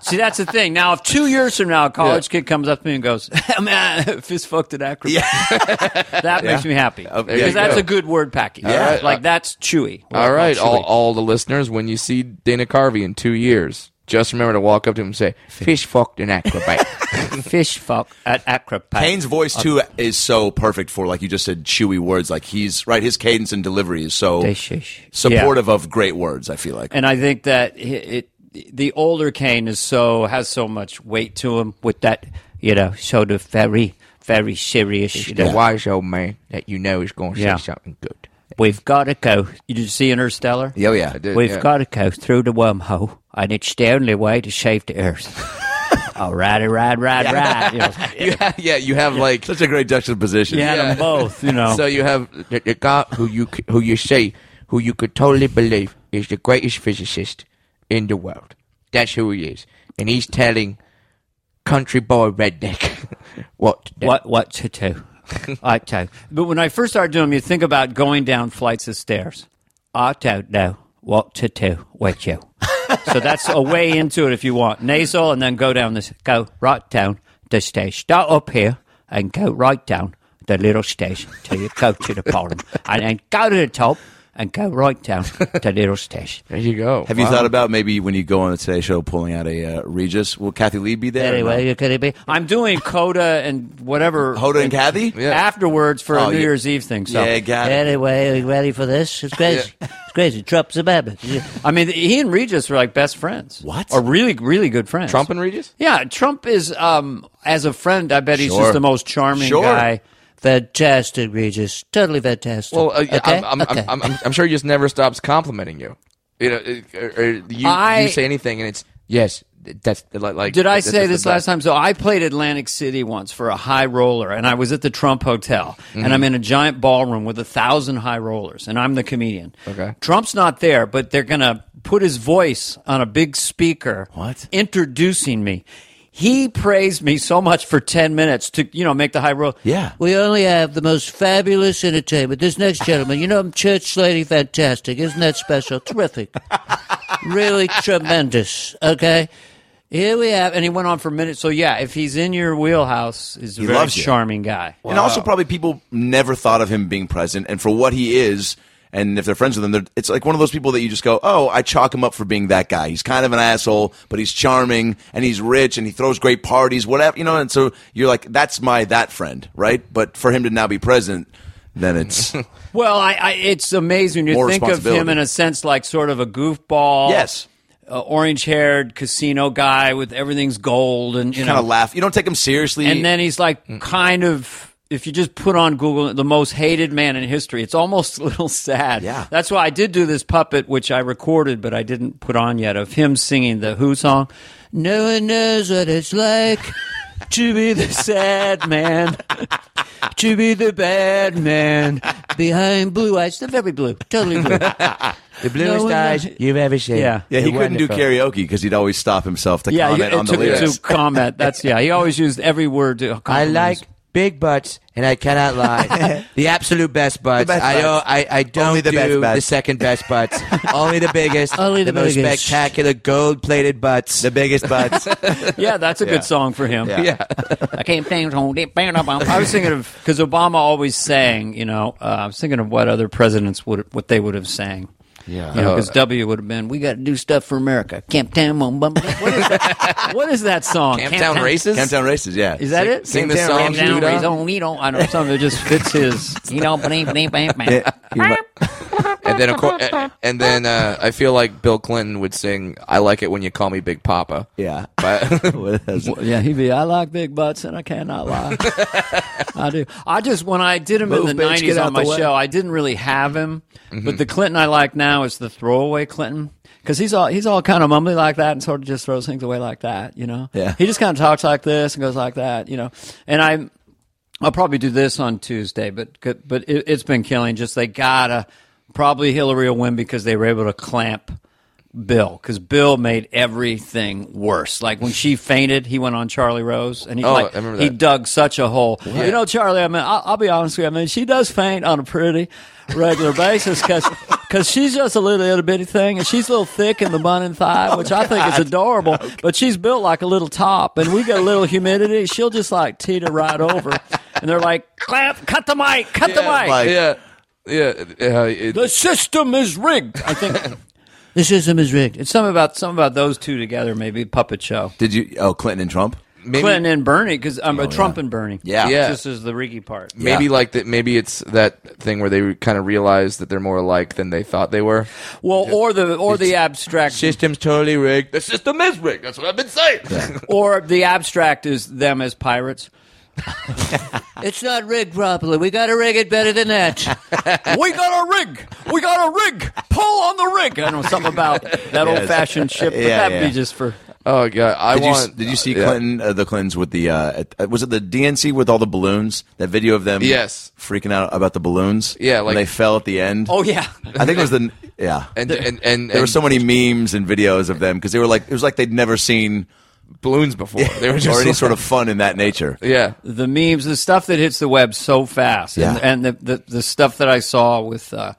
Speaker 2: See, that's the thing. Now, if two years from now, a college kid comes up to me and goes, "Man, fist fucked at Acrobat," that makes me happy
Speaker 3: there you
Speaker 2: because that's
Speaker 3: go.
Speaker 2: a good word package.
Speaker 3: Yeah. All right.
Speaker 2: like that's chewy.
Speaker 3: All right, all,
Speaker 2: Chewy.
Speaker 3: all the listeners, when you see Dana Carvey in two years, just remember to walk up to him and say, "Fish fucked an acrobat."
Speaker 2: fish fuck at Acrobat.
Speaker 1: Kane's voice too is so perfect for like you just said chewy words. Like he's right, his cadence and delivery is so
Speaker 2: Dish, dish.
Speaker 1: supportive of great words. I feel like
Speaker 2: and I think that it, it the older Kane is so has so much weight to him with that you know sort of very very serious. You
Speaker 3: the
Speaker 2: know,
Speaker 3: wise old man that you know is going to
Speaker 2: Yeah.
Speaker 3: say something good.
Speaker 2: We've got to go. Did you see Interstellar?
Speaker 1: yeah, yeah.
Speaker 3: I did,
Speaker 2: We've
Speaker 3: yeah.
Speaker 2: got to go through the wormhole, and it's the only way to save the Earth. Oh, all right, all right, right, right. You, know,
Speaker 3: You ha- yeah, you have like
Speaker 1: Such a great juxtaposition.
Speaker 2: you had them both, you know.
Speaker 3: so you have
Speaker 4: the, the guy who you c- who you say who you could totally believe is the greatest physicist in the world. That's who he is, and he's telling country boy redneck what to do.
Speaker 2: What what to do? I do. But when I first started doing them, you think about going down flights of stairs. I don't know what to do with you. so that's a way into it if you want nasal, and then go down this, go right down the stage. Start up here and go right down the little stage till you go to the bottom, and then go to the top and go right down the little stage.
Speaker 3: there you go.
Speaker 1: Have you thought about maybe when you go on the Today Show pulling out a uh, Regis? Will Kathy Lee be there? or no?
Speaker 2: Anyway, you're gonna be. I'm doing coda and whatever.
Speaker 1: Hoda and Kathy.
Speaker 2: afterwards for
Speaker 1: Oh,
Speaker 2: a New
Speaker 1: yeah.
Speaker 2: Year's Eve thing. So
Speaker 1: Yeah, got it.
Speaker 5: Anyway, are you ready for this? It's crazy. It's crazy. Trump's a baby.
Speaker 2: I mean, he and Regis were like best friends.
Speaker 1: What?
Speaker 2: Are really, really good friends.
Speaker 3: Trump and Regis?
Speaker 2: yeah, Trump is um as a friend. I bet he's
Speaker 1: Sure.
Speaker 2: just the most charming
Speaker 1: Sure.
Speaker 2: guy.
Speaker 5: Fantastic, Regis. Totally fantastic.
Speaker 3: Well, uh,
Speaker 5: okay?
Speaker 3: I'm, I'm,
Speaker 5: okay.
Speaker 3: I'm, I'm, I'm sure he just never stops complimenting you. You know, uh, or, or you,
Speaker 2: I-
Speaker 3: you say anything and it's yes. That's like. like
Speaker 2: Did I
Speaker 3: that's
Speaker 2: say
Speaker 3: just the
Speaker 2: this last
Speaker 3: best.
Speaker 2: time? So I played Atlantic City once for a high roller, and I was at the Trump Hotel, and
Speaker 3: Mm-hmm.
Speaker 2: I'm in a giant ballroom with a thousand high rollers, and I'm the comedian.
Speaker 3: Okay.
Speaker 2: Trump's not there, but they're gonna put his voice on a big speaker.
Speaker 1: What?
Speaker 2: Introducing me. He praised me so much for ten minutes to you know make the high roll.
Speaker 1: Yeah.
Speaker 5: We only have the most fabulous entertainment. This next gentleman, you know him, Church Lady Fantastic. Isn't that special? Terrific. really tremendous. Okay?
Speaker 2: Here we have, and he went on for minutes. So yeah, if he's in your wheelhouse, he's a very
Speaker 1: loves you.
Speaker 2: charming guy.
Speaker 1: And also, probably people never thought of him being present, and for what he is, and if they're friends with him, they're- it's like one of those people that you just go, "Oh, I chalk him up for being that guy. He's kind of an asshole, but he's charming, and he's rich, and he throws great parties, whatever you know." And so you're like, "That's my that friend, right?" But for him to now be present, then it's
Speaker 2: Well, I, I it's amazing you
Speaker 1: More
Speaker 2: think of him
Speaker 1: responsibility.
Speaker 2: in a sense like sort of a goofball,
Speaker 1: yes,
Speaker 2: uh, orange-haired casino guy with everything's gold and you
Speaker 1: kind
Speaker 2: know,
Speaker 1: of laugh. You don't take him seriously,
Speaker 2: and then he's like kind of. If you just put on Google the most hated man in history, it's almost a little sad.
Speaker 1: Yeah.
Speaker 2: That's why I did do this puppet, which I recorded, but I didn't put on yet, of him singing the Who song. No one knows what it's like to be the sad man, to be the bad man behind blue eyes. They're very blue, totally blue.
Speaker 4: The bluest
Speaker 2: No, no.
Speaker 4: eyes you've ever seen.
Speaker 2: Yeah.
Speaker 1: yeah, he couldn't do
Speaker 4: Wonderful.
Speaker 1: karaoke because he'd always stop himself to
Speaker 2: yeah,
Speaker 1: comment
Speaker 2: it
Speaker 1: on the
Speaker 2: took him
Speaker 1: lyrics.
Speaker 2: to comment. That's yeah. He always used every word to.
Speaker 4: I like big butts, and I cannot lie. the absolute best butts.
Speaker 1: best
Speaker 4: I don't.
Speaker 1: butts.
Speaker 4: I, I don't
Speaker 1: Only the
Speaker 4: do
Speaker 1: best
Speaker 4: the
Speaker 1: butts.
Speaker 4: second best butts. Only the biggest.
Speaker 5: Only the
Speaker 4: most
Speaker 5: biggest.
Speaker 4: spectacular gold-plated butts.
Speaker 1: the biggest butts.
Speaker 2: Yeah, that's a
Speaker 1: Yeah.
Speaker 2: good song for him.
Speaker 1: Yeah.
Speaker 2: I can't think of it. I was thinking of because Obama always sang. You know, uh, I was thinking of what other presidents would what they would have sang. Yeah,
Speaker 3: Uh,
Speaker 2: because W would have been. We got to do stuff for America. Camp Town, Mum, Bum. Bum." What is that? What is that song?
Speaker 3: Camp Town Races?
Speaker 1: Camptown races, yeah.
Speaker 2: Is that it?
Speaker 3: Sing the
Speaker 1: Camp Town
Speaker 3: song,
Speaker 2: Camp Town
Speaker 3: Judah?
Speaker 2: Races. Oh, You don't. I don't. Something that just fits his. You know. bling, bling, bling, bling.
Speaker 3: and then of course, and then uh, I feel like Bill Clinton would sing, "I like it when you call me Big Papa."
Speaker 1: Yeah.
Speaker 3: But
Speaker 2: Yeah, he'd be. I like big butts, and I cannot lie. I do. I just when I did him
Speaker 1: Move,
Speaker 2: in the
Speaker 1: bitch, get
Speaker 2: nineties
Speaker 1: out
Speaker 2: on my
Speaker 1: the way. Mm-hmm.
Speaker 2: show, I didn't really have him. But the Clinton I like now is the throwaway Clinton because he's all he's all kind of mumbly like that and sort of just throws things away like that. You know.
Speaker 1: Yeah.
Speaker 2: He just kind of talks like this and goes like that. You know. And I, I'll probably do this on Tuesday, but but it, it's been killing. Just they gotta probably Hillary will win because they were able to clamp Bill because Bill made everything worse. Like when she fainted, he went on Charlie Rose and he
Speaker 3: Oh,
Speaker 2: like
Speaker 3: I remember
Speaker 2: he
Speaker 3: that.
Speaker 2: dug such a hole. You know, Charlie. I mean, I'll, I'll be honest with you. I mean, she does faint on a pretty regular basis because. Cause she's just a little itty bitty thing, and she's a little thick in the bun and thigh, which I think is adorable. But she's built like a little top, and we get a little humidity, she'll just like teeter right over. And they're like, "Clamp, cut the mic, cut the mic."
Speaker 1: like-
Speaker 3: yeah, yeah. uh, it-
Speaker 2: The system is rigged. I think
Speaker 5: The system is rigged.
Speaker 2: it's something about something about those two together, maybe puppet show.
Speaker 1: Did you? Oh, Clinton and Trump.
Speaker 3: maybe,
Speaker 2: Clinton and Bernie, because I'm a Trump and Bernie.
Speaker 1: Yeah.
Speaker 3: Yeah.
Speaker 2: This is the Ricky part.
Speaker 3: maybe like that. Maybe it's that thing where they kind of realize that they're more alike than they thought they were.
Speaker 2: Well, or the or the abstract,
Speaker 4: System's totally rigged.
Speaker 3: The system is rigged. That's what I've been saying.
Speaker 2: or the abstract is them as pirates.
Speaker 5: It's not rigged properly. We got to rig it better than that.
Speaker 2: we got a rig. We got a rig. Pull on the rig. I know something about that old fashioned ship. But
Speaker 1: Yeah,
Speaker 2: that'd
Speaker 1: yeah.
Speaker 2: be just for.
Speaker 3: Oh god, I
Speaker 1: Did you,
Speaker 3: want.
Speaker 1: did you see
Speaker 3: yeah.
Speaker 1: Clinton, uh, the Clintons with the, uh, at- uh, was it the DNC with all the balloons? That video of them
Speaker 3: Yes.
Speaker 1: freaking out about the balloons?
Speaker 3: Yeah,
Speaker 1: When
Speaker 3: like-
Speaker 1: they fell at the end.
Speaker 2: Oh yeah.
Speaker 1: I think it was the, yeah.
Speaker 3: And and and,
Speaker 1: there were
Speaker 3: and
Speaker 1: so many memes and videos of them because they were like, it was like they'd never seen
Speaker 3: balloons before. They were just
Speaker 1: or any
Speaker 3: like-
Speaker 1: sort of fun in that nature.
Speaker 3: yeah.
Speaker 2: the memes, the stuff that hits the web so fast,
Speaker 1: Yeah.
Speaker 2: and, and the, the the stuff that I saw with uh,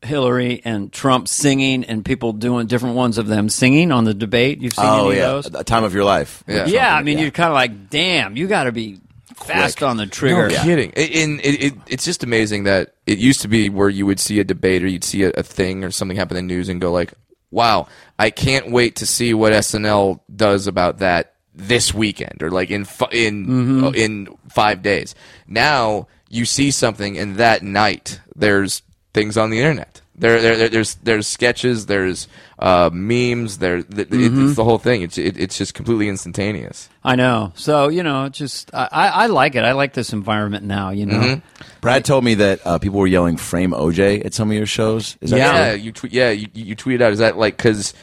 Speaker 2: Hillary and Trump singing, and people doing different ones of them singing on the debate. You've seen
Speaker 1: Oh,
Speaker 2: any
Speaker 1: yeah.
Speaker 2: of those?
Speaker 1: A time of your life.
Speaker 3: Yeah.
Speaker 2: Yeah, I mean, you're kind of like, damn, you got to be fast on the trigger.
Speaker 3: No kidding. I- In it, it, it's just amazing that it used to be where you would see a debate or you'd see a, a thing or something happen in the news and go like, "Wow, I can't wait to see what SNL does about that this weekend or like in fi- in uh, in five days." Now you see something and that night there's things on the internet. There, there, there there's there's sketches, there's uh, memes, there. Th- it, it's the whole thing. It's it, it's just completely instantaneous.
Speaker 2: I know. So you know, just I, I, I like it. I like this environment now. You know,
Speaker 1: Brad told me that uh, people were yelling "Frame OJ" at some of your shows. Is that
Speaker 3: yeah,
Speaker 1: true?
Speaker 3: you tweet. Yeah, you, you tweeted out. Is that like because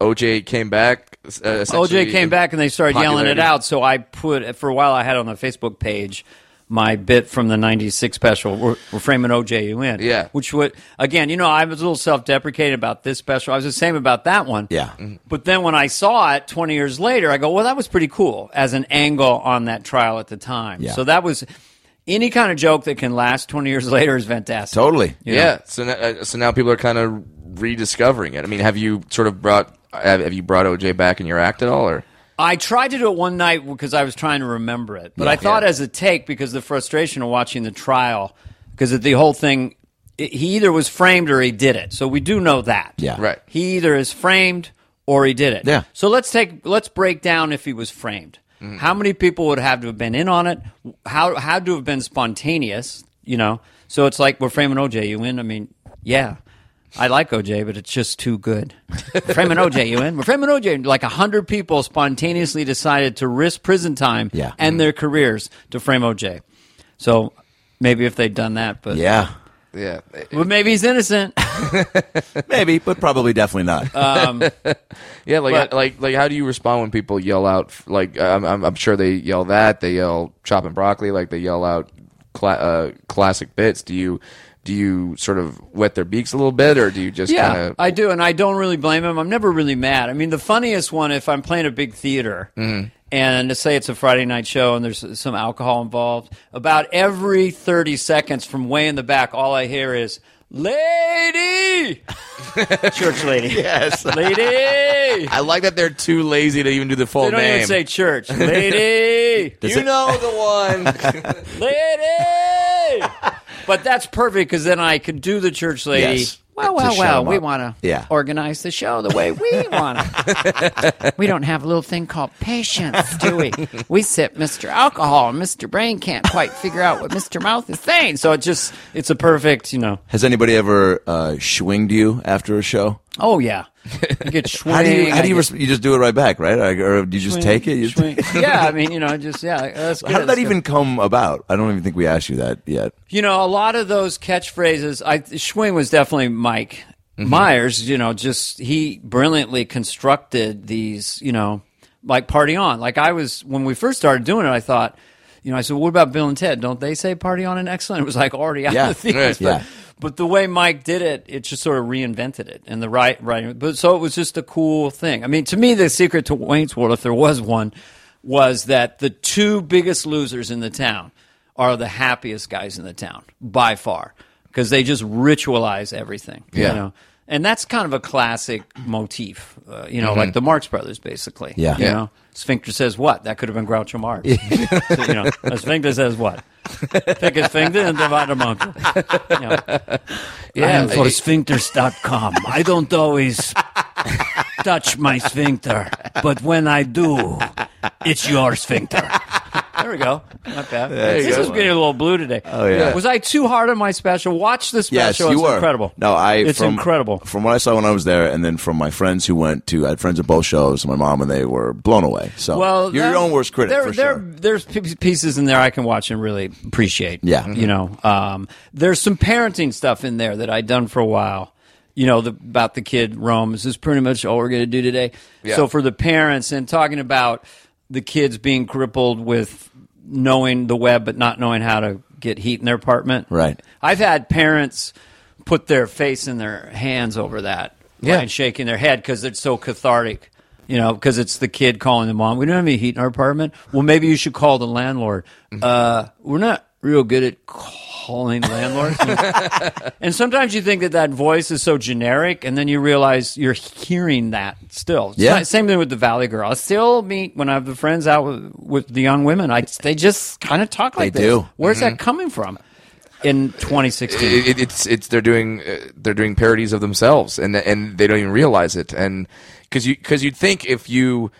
Speaker 3: OJ came back? Uh, essentially
Speaker 2: OJ came
Speaker 3: in
Speaker 2: back and they started yelling
Speaker 3: popularity?
Speaker 2: it out. So I put for a while. I had on the Facebook page my bit from the '96 special. We're, we're framing OJ you in.
Speaker 3: Yeah.
Speaker 2: Which would again, you know, I was a little self-deprecating about this special. I was the same about that one.
Speaker 1: Yeah.
Speaker 2: But then when I saw it 20 years later, I go, well, that was pretty cool as an angle on that trial at the time.
Speaker 1: Yeah.
Speaker 2: So that was any kind of joke that can last 20 years later is fantastic.
Speaker 1: Totally.
Speaker 3: Yeah. So now, uh, so now people are kind of rediscovering it. I mean, have you sort of brought have, have you brought OJ back in your act at all? Or
Speaker 2: I tried to do it one night because I was trying to remember it, but I thought as a take because the frustration of watching the trial, because the whole thing, it, he either was framed or he did it. So we do know that.
Speaker 1: Yeah.
Speaker 3: Right.
Speaker 2: He either is framed or he did it.
Speaker 1: Yeah. Mm-hmm.
Speaker 2: So let's take let's break down if he was framed. How many people would have to have been in on it? How how to have been spontaneous? You know. So it's like we're framing OJ. You in? I mean, yeah. I like OJ, but it's just too good. We're framing OJ, you in? We're framing OJ. And Like a hundred people spontaneously decided to risk prison time
Speaker 1: Yeah. Mm-hmm.
Speaker 2: and their careers to frame OJ. So maybe if they'd done that, but
Speaker 1: Yeah.
Speaker 3: yeah,
Speaker 2: but maybe he's innocent.
Speaker 1: Maybe, but probably definitely not.
Speaker 3: yeah. Like
Speaker 2: But-
Speaker 3: like like how do you respond when people yell out? Like I'm I'm, I'm sure they yell that they yell chopping broccoli. Like they yell out cla- uh, classic bits. Do you? Do you sort of wet their beaks a little bit, or do you just
Speaker 2: Yeah,
Speaker 3: kind of?
Speaker 2: I do, and I don't really blame him. I'm never really mad. I mean, the funniest one if I'm playing a big theater. And to say it's a Friday night show and there's some alcohol involved. About every 30 seconds from way in the back, all I hear is, Lady! church lady. Yes. Lady!
Speaker 3: I like that they're too lazy to even do the full
Speaker 2: They don't
Speaker 3: name.
Speaker 2: even say church. Lady!
Speaker 1: Does it-
Speaker 3: know the one.
Speaker 2: lady! but that's perfect because then I could do the church lady.
Speaker 1: Yes.
Speaker 2: Wow,
Speaker 1: To
Speaker 2: wow,
Speaker 1: shut
Speaker 2: wow.
Speaker 1: 'em
Speaker 2: We
Speaker 1: up.
Speaker 2: want to
Speaker 1: Yeah.
Speaker 2: organize the show the way we want to. we don't have a little thing called patience, do we? We sip Mr. Alcohol, and Mr. Brain can't quite figure out what Mr. Mouth is saying. So it just, it's a perfect, you know.
Speaker 1: Has anybody ever uh, swinged you after a show?
Speaker 2: Oh, yeah.
Speaker 1: How
Speaker 2: You get
Speaker 1: do you?
Speaker 2: swing,
Speaker 1: How do you?
Speaker 2: I get
Speaker 1: Res- you just do it right back, right? Like, Or do you just take it? You
Speaker 2: swing. yeah, I mean, you know, just, yeah. That's good,
Speaker 1: How did
Speaker 2: that's
Speaker 1: that
Speaker 2: good.
Speaker 1: even come about? I don't even think we asked you that yet.
Speaker 2: You know, a lot of those catchphrases. I Schwing was definitely Mike Myers. You know, just he brilliantly constructed these. You know, like party on. Like I was when we first started doing it. I thought, you know, I said, what about Bill and Ted? Don't they say party on and excellent? It was like already out
Speaker 1: Yeah.
Speaker 2: of the theaters.
Speaker 1: Yeah.
Speaker 2: But, But the way Mike did it, it just sort of reinvented it and the right writing. But so it was just a cool thing. I mean, to me, the secret to Wayne's World, if there was one, was that the two biggest losers in the town are the happiest guys in the town by far because they just ritualize everything.
Speaker 3: Yeah.
Speaker 2: You know? And that's kind of a classic motif, uh, you know, like the Marx Brothers, basically.
Speaker 1: Mm-hmm. Yeah.
Speaker 2: You
Speaker 1: Yeah.
Speaker 2: know, Sphincter says what? That could have been Groucho Marx. So, you know, a sphincter says what? Pick a sphincter and divide a monkey. You know, I am for sphincters.com. I don't always touch my sphincter, but when I do, it's your sphincter. There we go. Not bad.
Speaker 1: you
Speaker 2: this
Speaker 1: go.
Speaker 2: is getting a little blue today. Oh
Speaker 1: yeah.
Speaker 2: Was I too hard on my special? Watch the
Speaker 1: Yes,
Speaker 2: special.
Speaker 1: you
Speaker 2: it's
Speaker 1: were
Speaker 2: incredible.
Speaker 1: No, I.
Speaker 2: It's
Speaker 1: from-
Speaker 2: incredible.
Speaker 1: From what I saw when I was there, and then from my friends who went to, I had friends at both shows. My mom and they were blown away. So
Speaker 2: Well,
Speaker 1: you're
Speaker 2: that-
Speaker 1: your own worst critic
Speaker 2: there-
Speaker 1: for
Speaker 2: there-
Speaker 1: sure.
Speaker 2: There's p- pieces in there I can watch and really appreciate.
Speaker 1: Yeah. Mm-hmm.
Speaker 2: you know, um, there's some parenting stuff in there that I'd done for a while. You know, the, about the kid Rome. This is pretty much all we're going to do today. So for the parents and talking about the kids being crippled with knowing the web but not knowing how to get heat in their apartment.
Speaker 1: Right.
Speaker 2: I've had parents put their face in their hands over that.
Speaker 3: Yeah.
Speaker 2: And shaking their head because it's so cathartic. You know, because it's the kid calling the mom. We don't have any heat in our apartment. Well, maybe you should call the landlord.
Speaker 1: Mm-hmm.
Speaker 2: Uh, we're not real good at calling landlords. and sometimes you think that that voice is so generic, and then you realize you're hearing that still. It's
Speaker 1: Yeah.
Speaker 2: not- same thing with the Valley Girl. I still meet when I have the friends out with, with the young women. I they just kind of talk like
Speaker 1: They
Speaker 2: this.
Speaker 1: do. Mm-hmm.
Speaker 2: Where's that coming from? In 2016.
Speaker 3: it, it, it's it's they're doing uh, they're doing parodies of themselves and and they don't even realize it and because you because you'd think if you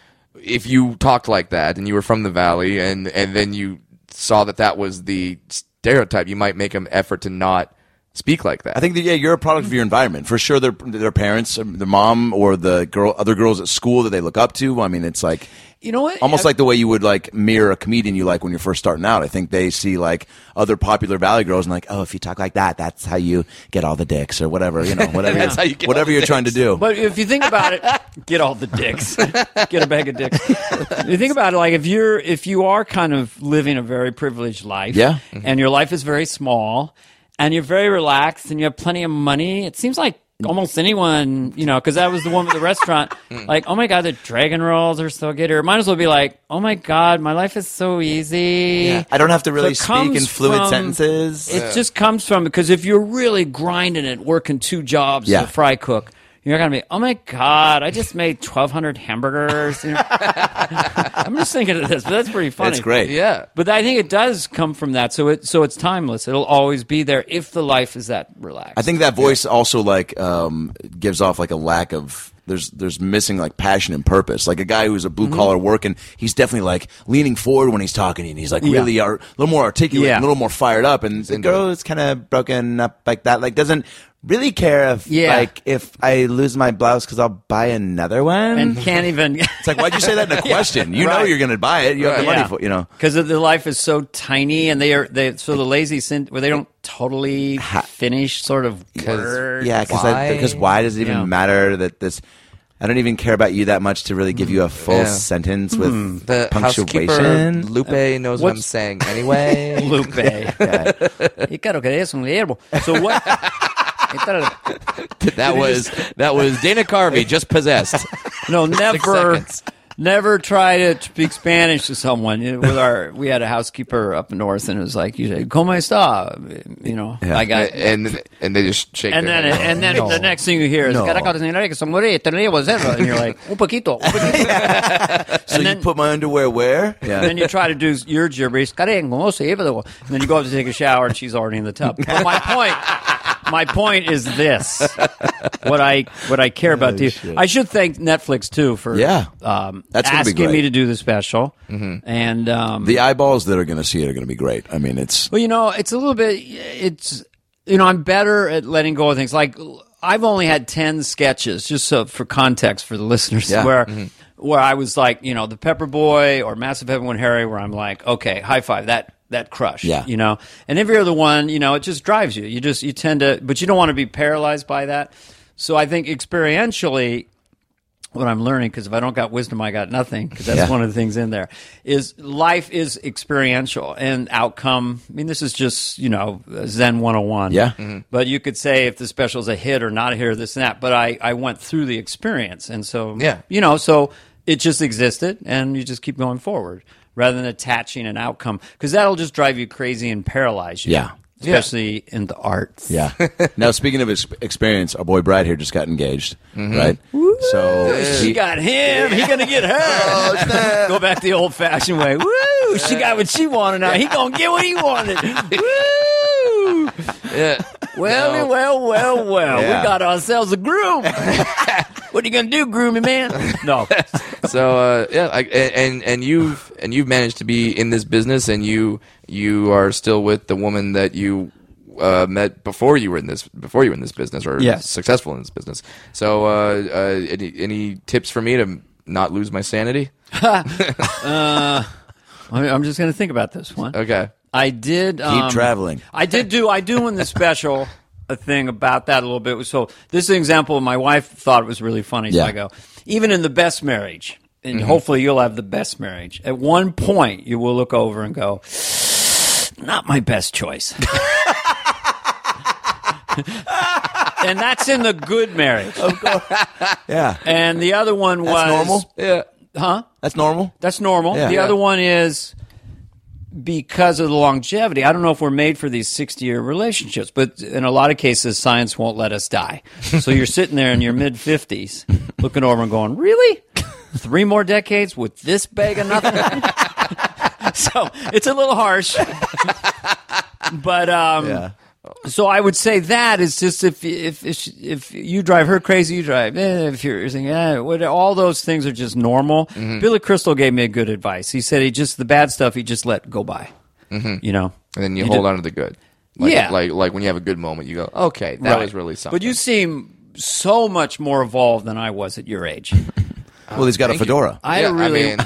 Speaker 3: if you talked like that and you were from the valley and and then you saw that that was the stereotype you might make an effort to not speak like that
Speaker 1: I think that yeah, you're a product of your environment for sure. Their their parents, um, their mom, or the girl, other girls at school that they look up to. I mean, it's like
Speaker 2: You know what?
Speaker 1: Almost
Speaker 2: I-
Speaker 1: like the way you would like mirror a comedian you like when you're first starting out. I think they see like other popular Valley girls and like, oh, if you talk like that, that's how you get all the dicks or whatever. You know, whatever.
Speaker 3: That's how you get all
Speaker 1: whatever
Speaker 3: the
Speaker 1: you're trying to do.
Speaker 2: But if you think about it, get all the dicks. get a bag of dicks. If you think about it, like if you're if you are kind of living a very privileged life,
Speaker 1: Yeah.
Speaker 2: and your life is very small, and you're very relaxed, and you have plenty of money, it seems like almost anyone, you know, because that was the one with the restaurant. like, oh my god, the dragon rolls are so good. Or might as well be like, oh my god, my life is so easy.
Speaker 1: I don't have to
Speaker 2: So
Speaker 1: really
Speaker 2: it
Speaker 1: speak in
Speaker 2: comes
Speaker 1: fluid
Speaker 2: from-
Speaker 1: sentences.
Speaker 2: It just comes from because if you're really grinding it, working two jobs
Speaker 1: Yeah.
Speaker 2: as a fry cook, you're gonna be, oh my god, I just made 1,200 hamburgers. You know? I'm just thinking of this, but that's pretty funny.
Speaker 1: It's great.
Speaker 3: yeah
Speaker 2: But I think it does come from that, so it so it's timeless. It'll always be there if the life is that relaxed.
Speaker 1: I think that voice also like um, gives off like a lack of there's there's missing like passion and purpose. Like a guy who's a blue collar working, he's definitely like leaning forward when he's talking, and he's like really ar- a little more articulate,
Speaker 2: Yeah.
Speaker 1: and a little more fired up. And the girl is kind of broken up like that, like doesn't really care if
Speaker 2: Yeah.
Speaker 1: like if I lose my blouse because I'll buy another one.
Speaker 2: and can't even.
Speaker 1: it's like why'd you say that in a question? You know
Speaker 2: Right.
Speaker 1: you're gonna buy it. You have the money for you know.
Speaker 2: because their life is so tiny and they are they so the lazy sin where they don't totally finish sort of words.
Speaker 1: Yeah, because why? because why does it even
Speaker 2: Yeah.
Speaker 1: matter that this? I don't even care about you that much to really give you a full
Speaker 3: Yeah.
Speaker 2: Hmm.
Speaker 1: sentence with
Speaker 3: the housekeeper
Speaker 1: punctuation. Uh,
Speaker 3: Lupe knows what I'm
Speaker 2: what's-
Speaker 3: saying anyway
Speaker 2: Lupe. Y claro que es un hierbo. So what?
Speaker 3: that was that was Dana Carvey just possessed
Speaker 2: No, never,
Speaker 3: seconds.
Speaker 2: never try to speak Spanish to someone. You know, With our, we had a housekeeper up north, and it was like you say, "Cómo está?" You know, I got.
Speaker 1: Eh,
Speaker 3: and and they just shake
Speaker 2: And
Speaker 3: their
Speaker 2: then,
Speaker 3: head.
Speaker 2: and then the next thing you hear is
Speaker 1: No.
Speaker 2: "Caracas, señora, que se muere, tenía que ser." and you're like, "Un poquito, un poquito."
Speaker 1: So
Speaker 2: and
Speaker 1: you
Speaker 2: then-
Speaker 1: put my underwear where? Yeah.
Speaker 2: And then you try to do your gibberish. "Carengo," And then you go up to take a shower, and she's already in the tub. But my point, my point is this: what I what I care about to you. I should thank Netflix too for
Speaker 1: Oh, Yeah.
Speaker 2: um,
Speaker 1: That's gonna be
Speaker 2: asking me
Speaker 1: great. Mm-hmm.
Speaker 2: to do the special. And um,
Speaker 1: the eyeballs that are going to see it are going to be great. I mean, it's
Speaker 2: well, you know, it's a little bit. It's you know, I'm better at letting go of things. Like I've only had ten sketches, just so for context for the listeners,
Speaker 1: Yeah. Mm-hmm.
Speaker 2: where where I was like, you know, the Pepper Boy or Massive Heaven One Harry, where I'm like, okay, high five that that crush,
Speaker 1: Yeah.
Speaker 2: you know. And every other one, you know, it just drives you. You just you tend to, but you don't want to be paralyzed by that. So I think experientially, what I'm learning because if I don't got wisdom, I got nothing. Because that's one of the things in there is life is experiential and outcome. I mean, this is just you know Zen 101.
Speaker 1: Yeah.
Speaker 2: But you could say if the special's a hit or not a hit or this and that. But I I went through the experience, and so
Speaker 3: Yeah.
Speaker 2: you know, so it just existed, and you just keep going forward rather than attaching an outcome because that'll just drive you crazy and paralyze you.
Speaker 1: Yeah.
Speaker 2: Especially in the arts.
Speaker 1: Yeah. now, speaking of ex- experience, our boy Brad here just got engaged,
Speaker 3: Mm-hmm.
Speaker 1: right? So
Speaker 2: Oh, She got him. He gonna get her. Go back the old fashioned way. Woo! She got what she wanted. Now he gonna get what he wanted. Woo!
Speaker 3: Yeah.
Speaker 2: Well,
Speaker 3: No.
Speaker 2: well, well, well.
Speaker 1: Yeah.
Speaker 2: We got ourselves a groom. what are you gonna do, groomy man? No.
Speaker 3: so uh, yeah, I, and and you've and you've managed to be in this business, and you you are still with the woman that you uh, met before you were in this before you were in this business, or
Speaker 2: Yes.
Speaker 3: successful in this business. So uh, uh, any any tips for me to not lose my sanity?
Speaker 2: I mean, I'm just gonna think about this one.
Speaker 3: Okay,
Speaker 2: I did keep
Speaker 1: traveling.
Speaker 2: I did do. I do in the special a thing about that a little bit. So this is an example. My wife thought it was really funny. So
Speaker 1: Yeah. Mm-hmm.
Speaker 2: I go, even in the best marriage, and hopefully you'll have the best marriage. At one point, you will look over and go, not my best choice. and that's in the good marriage.
Speaker 1: yeah,
Speaker 2: And the other one was
Speaker 1: normal?
Speaker 3: yeah,
Speaker 2: huh?
Speaker 1: that's normal.
Speaker 2: That's normal.
Speaker 1: Yeah.
Speaker 2: the
Speaker 1: Yeah.
Speaker 2: other one is because of the longevity. I don't know if we're made for these 60 year relationships, but in a lot of cases, science won't let us die. So you're sitting there in your mid 50s looking over and going, Really? Three more decades with this bag of nothing? so it's a little harsh. but, um,
Speaker 1: Yeah.
Speaker 2: so I would say that is just if if if, she- if you drive her crazy, you drive. Eh, if you're saying, eh, what, all those things are just normal.
Speaker 3: Mm-hmm.
Speaker 2: Billy Crystal gave me good advice. He said he just the bad stuff he just let go by. You know,
Speaker 3: Mm-hmm. and then you, hold
Speaker 2: did-
Speaker 3: on to the good. Like,
Speaker 2: Yeah.
Speaker 3: like like when you have a good moment, you go, okay, that was really something.
Speaker 2: But you seem so much more evolved than I was at your age.
Speaker 1: Well, he's got a fedora.
Speaker 2: I
Speaker 3: Yeah,
Speaker 2: really,
Speaker 3: I mean,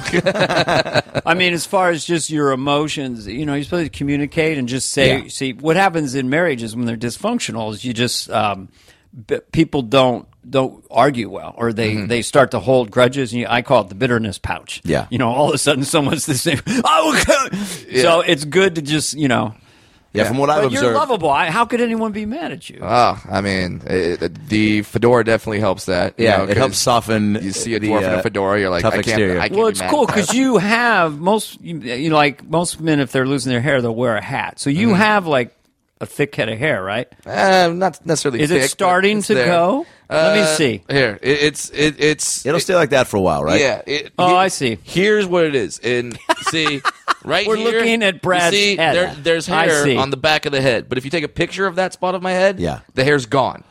Speaker 2: I mean, as far as just your emotions, you know, you're supposed to communicate and just say.
Speaker 1: Yeah.
Speaker 2: See, what happens in marriages when they're dysfunctional is you just um, b- people don't don't argue well, or they they start to hold grudges, and you, I call it the bitterness pouch.
Speaker 1: Yeah.
Speaker 2: you know, all of a sudden someone's the same. I will come. So it's good to just you know.
Speaker 1: yeah, from what I've
Speaker 2: But you're
Speaker 1: observed,
Speaker 2: lovable. I, how could anyone be mad at you?
Speaker 3: ah, I mean, it, it- the fedora definitely helps that. you
Speaker 1: yeah,
Speaker 3: know,
Speaker 1: it
Speaker 3: 'cause
Speaker 1: helps soften.
Speaker 3: You see a
Speaker 1: the,
Speaker 3: dwarf in
Speaker 1: uh,
Speaker 3: a fedora, you're like,
Speaker 1: tough
Speaker 3: I can't,
Speaker 1: exterior.
Speaker 3: I can't
Speaker 2: Well,
Speaker 3: be
Speaker 2: it's
Speaker 3: mad
Speaker 2: cool
Speaker 3: at that.
Speaker 2: because you have most you, you know, like most men if they're losing their hair they'll wear a hat. So you have like a thick head of hair, right?
Speaker 3: Uh, not necessarily.
Speaker 2: Is it
Speaker 3: thick, but
Speaker 2: starting
Speaker 3: it's
Speaker 2: to
Speaker 3: there.
Speaker 2: go? Let me see.
Speaker 3: Uh, Here, it, it's it, it's
Speaker 1: it'll stay like that for a while, right?
Speaker 3: yeah. It,
Speaker 2: Oh,
Speaker 3: he-
Speaker 2: I see.
Speaker 3: Here's what it is, and see. Right
Speaker 2: We're
Speaker 3: here,
Speaker 2: looking at
Speaker 3: you
Speaker 2: Brad's
Speaker 3: see,
Speaker 2: head.
Speaker 3: there- there's
Speaker 2: I see.
Speaker 3: hair on the back of the head, but if you take a picture of that spot of my head,
Speaker 1: Yeah.
Speaker 3: the hair's gone.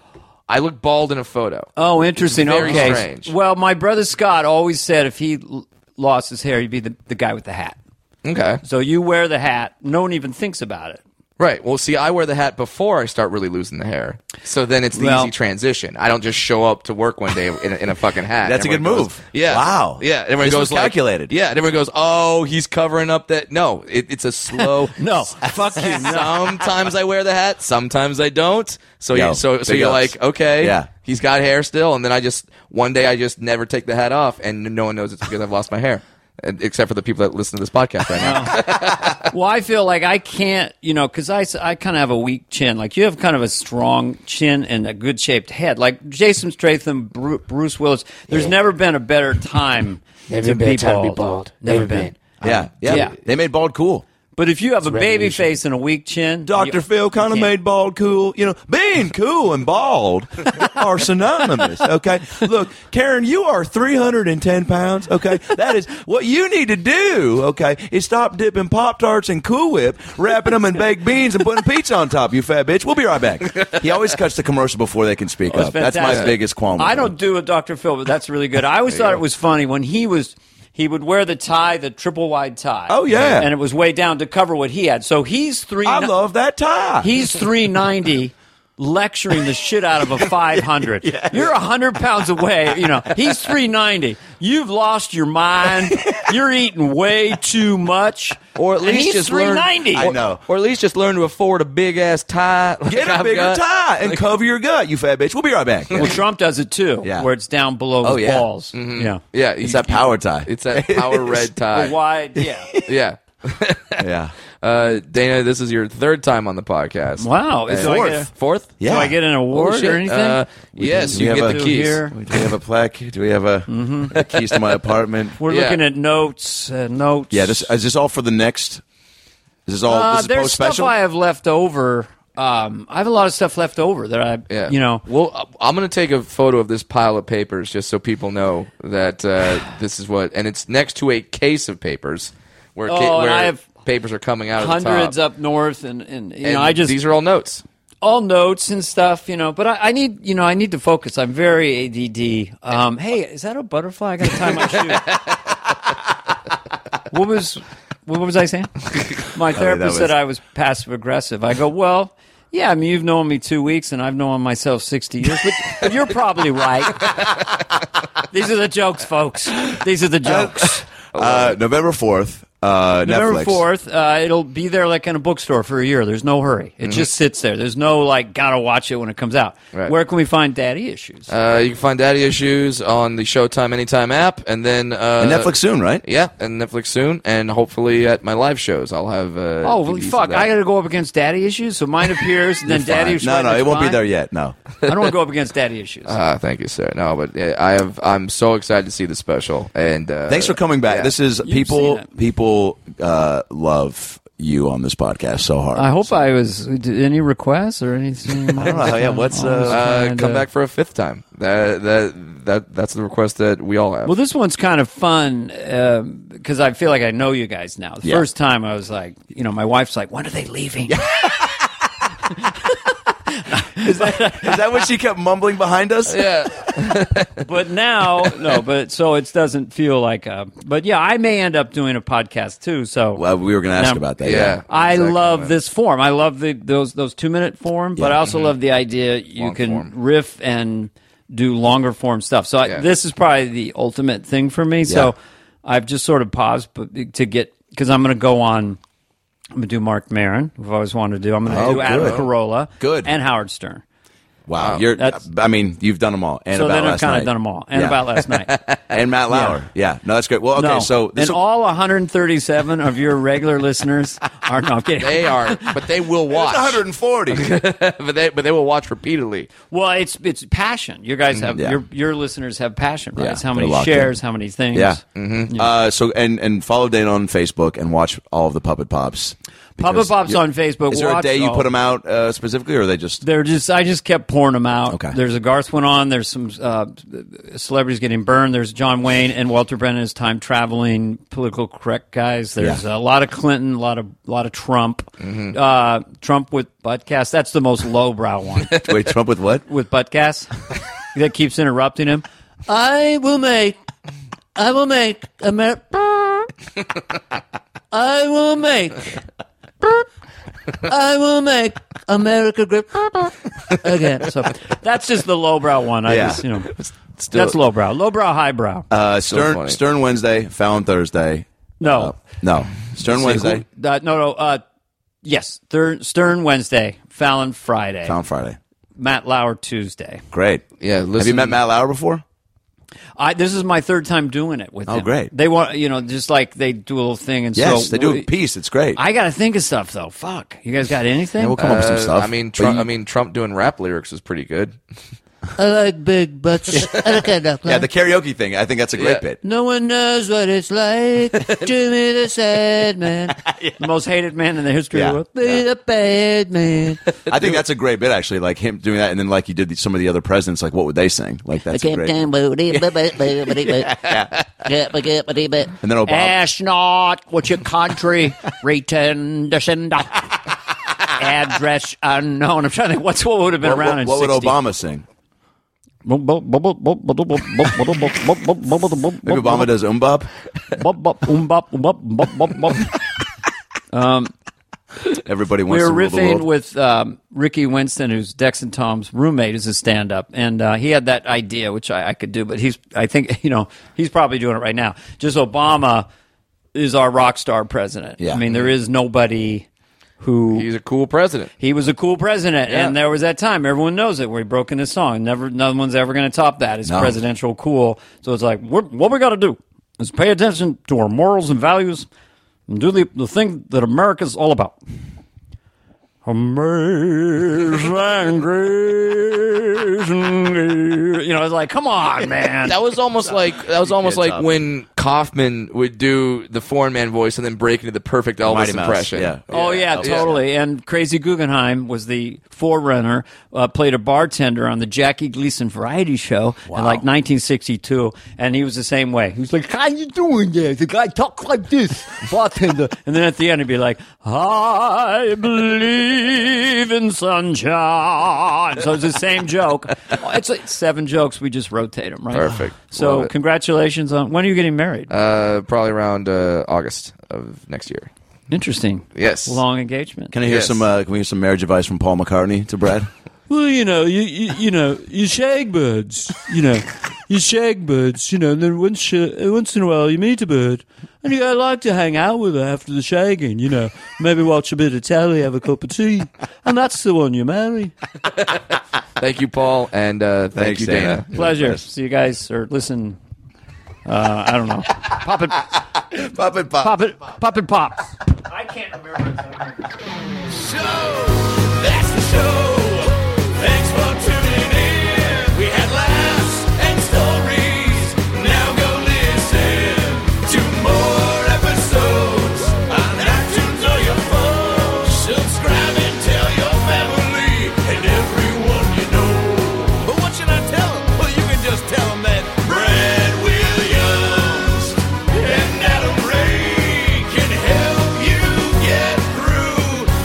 Speaker 3: I look bald in a photo.
Speaker 2: Oh, interesting.
Speaker 3: It's very
Speaker 2: okay.
Speaker 3: strange.
Speaker 2: Well, my brother Scott always said if he l- lost his hair, he'd be the, the guy with the hat.
Speaker 3: Okay,
Speaker 2: So you wear the hat, no one even thinks about it.
Speaker 3: right. Well, see, I wear the hat before I start really losing the hair, so then it's the
Speaker 2: Well-
Speaker 3: easy transition. I don't just show up to work one day in a, in a fucking hat.
Speaker 1: That's a
Speaker 3: Everyone
Speaker 1: good
Speaker 3: goes-
Speaker 1: move.
Speaker 3: Yeah.
Speaker 1: Wow.
Speaker 3: Yeah. and Everyone
Speaker 1: This
Speaker 3: goes
Speaker 1: was
Speaker 3: like-
Speaker 1: calculated.
Speaker 3: yeah. And everyone goes, oh, he's covering up that. No, it, it's a slow.
Speaker 2: No, fuck you. No.
Speaker 3: sometimes I wear the hat, sometimes I don't. So
Speaker 1: Yo,
Speaker 3: you so so
Speaker 1: big
Speaker 3: you're
Speaker 1: ups.
Speaker 3: like, okay,
Speaker 1: Yeah.
Speaker 3: he's got hair still, and then I just one day I just never take the hat off, and no one knows it's because I've lost my hair, And- except for the people that listen to this podcast right now.
Speaker 2: Well, I feel like I can't, you know, because I, s- I kind of have a weak chin. Like you have kind of a strong chin and a good shaped head. Like Jason Stratham, Bru- Bruce Willis. There's never been a better time.
Speaker 6: Never
Speaker 2: to
Speaker 6: been
Speaker 2: be
Speaker 6: a time to be
Speaker 2: bald.
Speaker 6: bald.
Speaker 2: Never,
Speaker 6: Never
Speaker 2: been.
Speaker 6: been.
Speaker 1: yeah, yeah.
Speaker 2: Yeah.
Speaker 1: They made bald cool.
Speaker 2: But if you have a baby
Speaker 6: revolution.
Speaker 2: face and a weak chin,
Speaker 1: Dr.
Speaker 2: you-
Speaker 1: Phil kind of
Speaker 2: can't.
Speaker 1: made bald cool. You know, being cool and bald are synonymous. Okay. Look, Karen, you are 310 pounds. Okay. That is what you need to do. Okay. Is stop dipping Pop Tarts in Cool Whip, wrapping them in baked beans, and putting pizza on top, you fat bitch. We'll be right back. He always cuts the commercial before they can speak
Speaker 2: It was
Speaker 1: up. That's my
Speaker 2: fantastic.
Speaker 1: biggest qualm. with
Speaker 2: I
Speaker 1: him.
Speaker 2: don't do a Dr. Phil, but that's really good. I always thought it was funny when he was he would wear the tie, the triple wide tie.
Speaker 1: Oh, yeah.
Speaker 2: and it was way down to cover what he had. So he's three.
Speaker 1: I love that tie.
Speaker 2: he's three ninety. Lecturing the shit out of a 500. You're 100 pounds away. You know, he's 390. You've lost your mind. You're eating way too much.
Speaker 3: Or at
Speaker 2: And
Speaker 3: least
Speaker 2: he's
Speaker 3: just learn.
Speaker 2: 390.
Speaker 1: I know.
Speaker 3: Or at least just learn to afford a big ass tie. like
Speaker 1: Get a
Speaker 3: I've
Speaker 1: bigger
Speaker 3: got.
Speaker 1: tie and cover your gut, you fat bitch. We'll be right back.
Speaker 2: Well, Trump does it too,
Speaker 1: Yeah.
Speaker 2: where it's down below
Speaker 1: Oh,
Speaker 2: his
Speaker 1: yeah.
Speaker 2: balls. Yeah.
Speaker 3: Yeah,
Speaker 1: It's
Speaker 3: you-
Speaker 1: that power tie.
Speaker 3: It's that power red tie.
Speaker 2: The wide, yeah.
Speaker 3: Yeah.
Speaker 1: yeah.
Speaker 3: Uh, Dana, this is your third time on the podcast.
Speaker 2: Wow.
Speaker 3: And
Speaker 2: So I get a-
Speaker 3: Fourth?
Speaker 1: Yeah.
Speaker 2: Do I get an
Speaker 3: Holy
Speaker 2: award
Speaker 3: shit.
Speaker 2: or anything?
Speaker 3: Uh, yes,
Speaker 1: do
Speaker 3: you
Speaker 1: we
Speaker 3: get
Speaker 1: have
Speaker 3: the
Speaker 1: a-
Speaker 3: keys.
Speaker 2: Here.
Speaker 1: Do we have a plaque? Do we have a,
Speaker 2: Mm-hmm.
Speaker 1: the keys to my apartment?
Speaker 2: We're
Speaker 3: Yeah.
Speaker 2: looking at notes, uh, notes.
Speaker 1: Yeah, this is this all for the next. Is this all?
Speaker 3: oh,
Speaker 2: Uh,
Speaker 1: this is
Speaker 2: there's
Speaker 1: post
Speaker 2: stuff
Speaker 1: special.
Speaker 2: I have left over. Um, I have a lot of stuff left over that I,
Speaker 3: Yeah.
Speaker 2: you know,
Speaker 3: Well, I- I'm going to take a photo of this pile of papers just so people know that uh, this is what. And it's next to a case of papers where, ca-
Speaker 2: Oh, and
Speaker 3: where
Speaker 2: I have
Speaker 3: papers are coming out of the top.
Speaker 2: hundreds up north, and and you
Speaker 3: And
Speaker 2: know, I just
Speaker 3: These are all notes.
Speaker 2: all notes and stuff, you know. But I, I need, you know, I need to focus. I'm very ADD. Um, hey, is that a butterfly? I got to tie my shoe. what was what was I saying? My therapist
Speaker 1: was-
Speaker 2: said I was passive aggressive. I go, well, yeah. I mean, you've known me two weeks, and I've known myself sixty years, but, but you're probably right. These are the jokes, folks. These are the jokes.
Speaker 1: Uh, November fourth. Uh,
Speaker 2: November
Speaker 1: Netflix.
Speaker 2: fourth, uh, it'll be there like in a bookstore for a year. There's no hurry.
Speaker 1: Mm-hmm.
Speaker 2: It just sits there. There's no like gotta watch it when it comes out.
Speaker 3: Right.
Speaker 2: Where can we find Daddy Issues?
Speaker 3: Uh, you can find Daddy Issues on the Showtime Anytime app, and then uh,
Speaker 1: And Netflix soon, right?
Speaker 3: Yeah, and Netflix soon, and hopefully at my live shows I'll have. Uh,
Speaker 2: oh, holy
Speaker 3: DVDs of
Speaker 2: fuck!
Speaker 3: that.
Speaker 2: I gotta go up against Daddy Issues, so mine appears, and then Daddy
Speaker 1: Fine.
Speaker 2: Issues.
Speaker 1: No,
Speaker 2: right
Speaker 1: no,
Speaker 2: next
Speaker 1: it won't be
Speaker 2: mine.
Speaker 1: there Uh, yet. No.
Speaker 2: I don't want to go up against Daddy Issues.
Speaker 3: Ah, thank you, sir. No, but yeah, I have. I'm so excited to see the special. And uh,
Speaker 1: Thanks for coming back.
Speaker 3: yeah.
Speaker 1: This is
Speaker 2: seen
Speaker 1: people.
Speaker 2: it.
Speaker 1: People uh, love you on this podcast so hard.
Speaker 2: I hope I was did any requests or anything. I
Speaker 1: don't know. Yeah, what's,
Speaker 2: Oh,
Speaker 1: uh,
Speaker 3: Uh, come back for a fifth time. That that that that's the request that we all have.
Speaker 2: Well, this one's kind of fun because I feel like I know you guys now. The
Speaker 1: Yeah.
Speaker 2: first time I was like, you know, my wife's like, when are they leaving?
Speaker 1: Is that what she kept mumbling behind us?
Speaker 3: yeah,
Speaker 2: but now no but so it doesn't feel like a but yeah i may end up doing a podcast too so
Speaker 1: Well, we were going to ask
Speaker 2: No.
Speaker 1: about that.
Speaker 3: yeah.
Speaker 2: i
Speaker 3: Exactly.
Speaker 2: love this form i love the those those two minute form but i
Speaker 1: mm-hmm.
Speaker 2: also love the idea you
Speaker 3: Long
Speaker 2: can
Speaker 3: form.
Speaker 2: riff and do longer form stuff so
Speaker 3: Yeah.
Speaker 2: I, this is probably the ultimate thing for me
Speaker 1: Yeah.
Speaker 2: so i've just sort of paused but, to get because i'm going to go on i'm going to do mark Maron. i've always wanted to do i'm going to
Speaker 1: Oh,
Speaker 2: do adam
Speaker 1: good.
Speaker 2: carolla
Speaker 1: Good.
Speaker 2: and howard stern
Speaker 1: Wow. You're.
Speaker 2: That's-
Speaker 1: I mean, you've done them all. And
Speaker 2: so
Speaker 1: about
Speaker 2: then i've
Speaker 1: last
Speaker 2: kind
Speaker 1: night.
Speaker 2: of done them all and
Speaker 1: Yeah.
Speaker 2: about last night
Speaker 1: And Matt Lauer. Yeah. No, that's great. Well, okay.
Speaker 2: no.
Speaker 1: So this
Speaker 2: and all 137 of your regular listeners are no I'm kidding.
Speaker 3: they are, but they will
Speaker 1: It's
Speaker 3: watch.
Speaker 1: 140.
Speaker 3: but they but they will watch repeatedly.
Speaker 2: Well, it's it's passion. You guys have
Speaker 1: Mm-hmm. Yeah.
Speaker 2: your your listeners have passion, right?
Speaker 1: Yeah,
Speaker 2: It's how
Speaker 1: they're
Speaker 2: many
Speaker 1: locked in.
Speaker 2: shares, how many things.
Speaker 1: Yeah. Uh, so and and follow Dana on Facebook and watch all of the Puppet Pops.
Speaker 2: Papa
Speaker 1: Because
Speaker 2: Pop's
Speaker 1: you're-
Speaker 2: on Facebook.
Speaker 1: Is there a
Speaker 2: Watch
Speaker 1: day you
Speaker 2: all-
Speaker 1: put them out uh, specifically, or are they just?
Speaker 2: They're just I just kept pouring them out.
Speaker 1: Okay.
Speaker 2: There's a Garth went on. There's some uh, celebrities getting burned. There's John Wayne and Walter Brennan is time traveling political correct guys. There's
Speaker 1: Yeah. Mm-hmm.
Speaker 2: a lot of Clinton, a lot of a lot of Trump. Uh, Trump with buttcast. That's the most lowbrow one.
Speaker 1: Wait, Trump with what?
Speaker 2: with butt gas that keeps interrupting him.
Speaker 5: I will make. I will make Amer. I will make. I will make America great again.
Speaker 2: So that's just the lowbrow one. I
Speaker 1: Yeah.
Speaker 2: just, you know,
Speaker 3: Still-
Speaker 2: that's lowbrow. Lowbrow, highbrow.
Speaker 1: Uh,
Speaker 3: funny.
Speaker 1: Stern Stern Wednesday, Fallon Thursday.
Speaker 2: no.
Speaker 1: Uh, no, Stern Wednesday,
Speaker 2: Uh, no, no. Uh, yes. Thur- Stern Wednesday, Fallon Friday,
Speaker 1: Fallon Friday.
Speaker 2: Matt Lauer Tuesday.
Speaker 1: Great.
Speaker 3: Yeah,
Speaker 1: Have you
Speaker 3: listen-
Speaker 1: met Matt Lauer before?
Speaker 2: I, this is my third time doing it with
Speaker 1: Oh,
Speaker 2: him.
Speaker 1: great.
Speaker 2: They want, you know, just like they do a little thing. And
Speaker 1: Yes,
Speaker 2: so
Speaker 1: they do a
Speaker 2: we-
Speaker 1: piece. It's great.
Speaker 2: I got to think of stuff, though. Fuck. You guys got anything?
Speaker 1: Yeah, we'll come up with some
Speaker 3: Uh,
Speaker 1: stuff.
Speaker 3: I mean,
Speaker 1: But
Speaker 3: Trump,
Speaker 1: you-
Speaker 3: I mean, Trump doing rap lyrics is pretty good.
Speaker 5: I like big butts. I like that.
Speaker 1: yeah, the karaoke thing. I think that's a great
Speaker 3: Yeah.
Speaker 1: bit.
Speaker 5: No one knows what it's like to be the sad man,
Speaker 2: the most hated man in the history
Speaker 1: Yeah.
Speaker 2: of the world.
Speaker 5: be the bad man.
Speaker 1: I think that's a great bit actually. Like him doing that, and then like you did the, some of the other presidents. Like what would they sing? Like that's a great. And
Speaker 5: Astronaut,
Speaker 1: then Obama.
Speaker 5: what's your country? Return to sender.
Speaker 2: Address unknown. I'm trying to think what's what would have been
Speaker 1: What, what,
Speaker 2: around
Speaker 1: what would
Speaker 2: in 60.
Speaker 1: Obama sing?
Speaker 2: Maybe
Speaker 1: Maybe Obama
Speaker 2: Obama
Speaker 1: does umbop.
Speaker 2: um,
Speaker 7: Everybody
Speaker 2: we
Speaker 7: wants
Speaker 2: were
Speaker 7: to rule the
Speaker 2: riffing
Speaker 7: world.
Speaker 2: with um, Ricky Winston, who's Dex and Tom's roommate, is a stand-up, and uh, he had that idea, which I, I could do, but he's, I think, you know, he's probably doing it right now. Just Obama is our rock star president.
Speaker 7: Yeah.
Speaker 2: I mean, there is nobody who
Speaker 3: He's a cool president.
Speaker 2: he was a cool president, and there was that time everyone knows it where he broke in his song. Never, no one's ever going to top that. It's
Speaker 7: No.
Speaker 2: presidential cool. So it's like we're, what we got to do is pay attention to our morals and values, and do the, the thing that America's all about. Amazing grace, you know, it's like, come on, man.
Speaker 3: That was almost like that was almost like when Kaufman would do the foreign man voice and then break into the perfect Elvis
Speaker 7: Mighty Mouse,
Speaker 3: impression.
Speaker 7: yeah.
Speaker 2: Oh yeah, totally. And Crazy Guggenheim was the forerunner. Uh, played a bartender on the Jackie Gleason variety show in like 1962, and he was the same way. He was like, "How you doing there?" The guy talks like this, bartender, and then at the end he'd be like, "I believe in sunshine." So it's the same joke. It's like seven jokes. We just rotate them, right?
Speaker 3: Perfect. Love
Speaker 2: So
Speaker 3: it.
Speaker 2: congratulations on when are you getting married?
Speaker 3: Uh, probably around uh, August of next year.
Speaker 2: Interesting.
Speaker 3: Yes.
Speaker 2: Long engagement.
Speaker 7: Can I hear
Speaker 3: Yes.
Speaker 7: some? Uh, can we hear some marriage advice from Paul McCartney to Brad?
Speaker 8: Well, you know, you you, you know, you shag birds, you know, you shag birds, you know, and then once you, once in a while you meet a bird, and you go, I like to hang out with her after the shagging, you know, maybe watch a bit of telly, have a cup of tea, and that's the one you marry.
Speaker 3: Thank you, Paul, and uh, thank
Speaker 7: Thanks,
Speaker 3: you, Dana.
Speaker 7: Dana.
Speaker 2: Pleasure. See you guys or listen. Uh, I don't know. Pop it,
Speaker 7: Pop it, pop.
Speaker 2: pop it, pop it, pop.
Speaker 1: That's the show. Thanks for tuning in. We had laughs and stories. Now go listen to more episodes on iTunes or your phone. Subscribe and tell your family and everyone you know. But what should I tell 'em? Well, you can just tell 'em that Brad Williams and Adam Ray can help you get through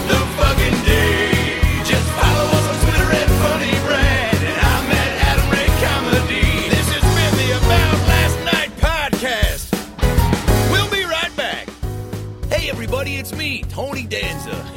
Speaker 1: the fucking day. Just follow us on Twitter at Funny Brad, and I'm at Adam Ray Comedy. This has been the About Last Night podcast. We'll be right back. Hey, everybody, it's me, Tony Danza.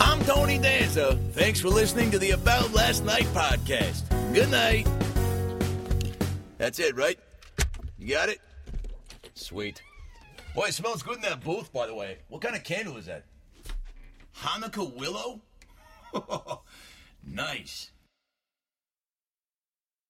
Speaker 1: I'm Tony Danza. Thanks for listening to the About Last Night podcast. Good night. That's it, right? You got it? Sweet. Boy, it smells good in that booth, by the way. What kind of candle is that? Hanukkah willow? nice.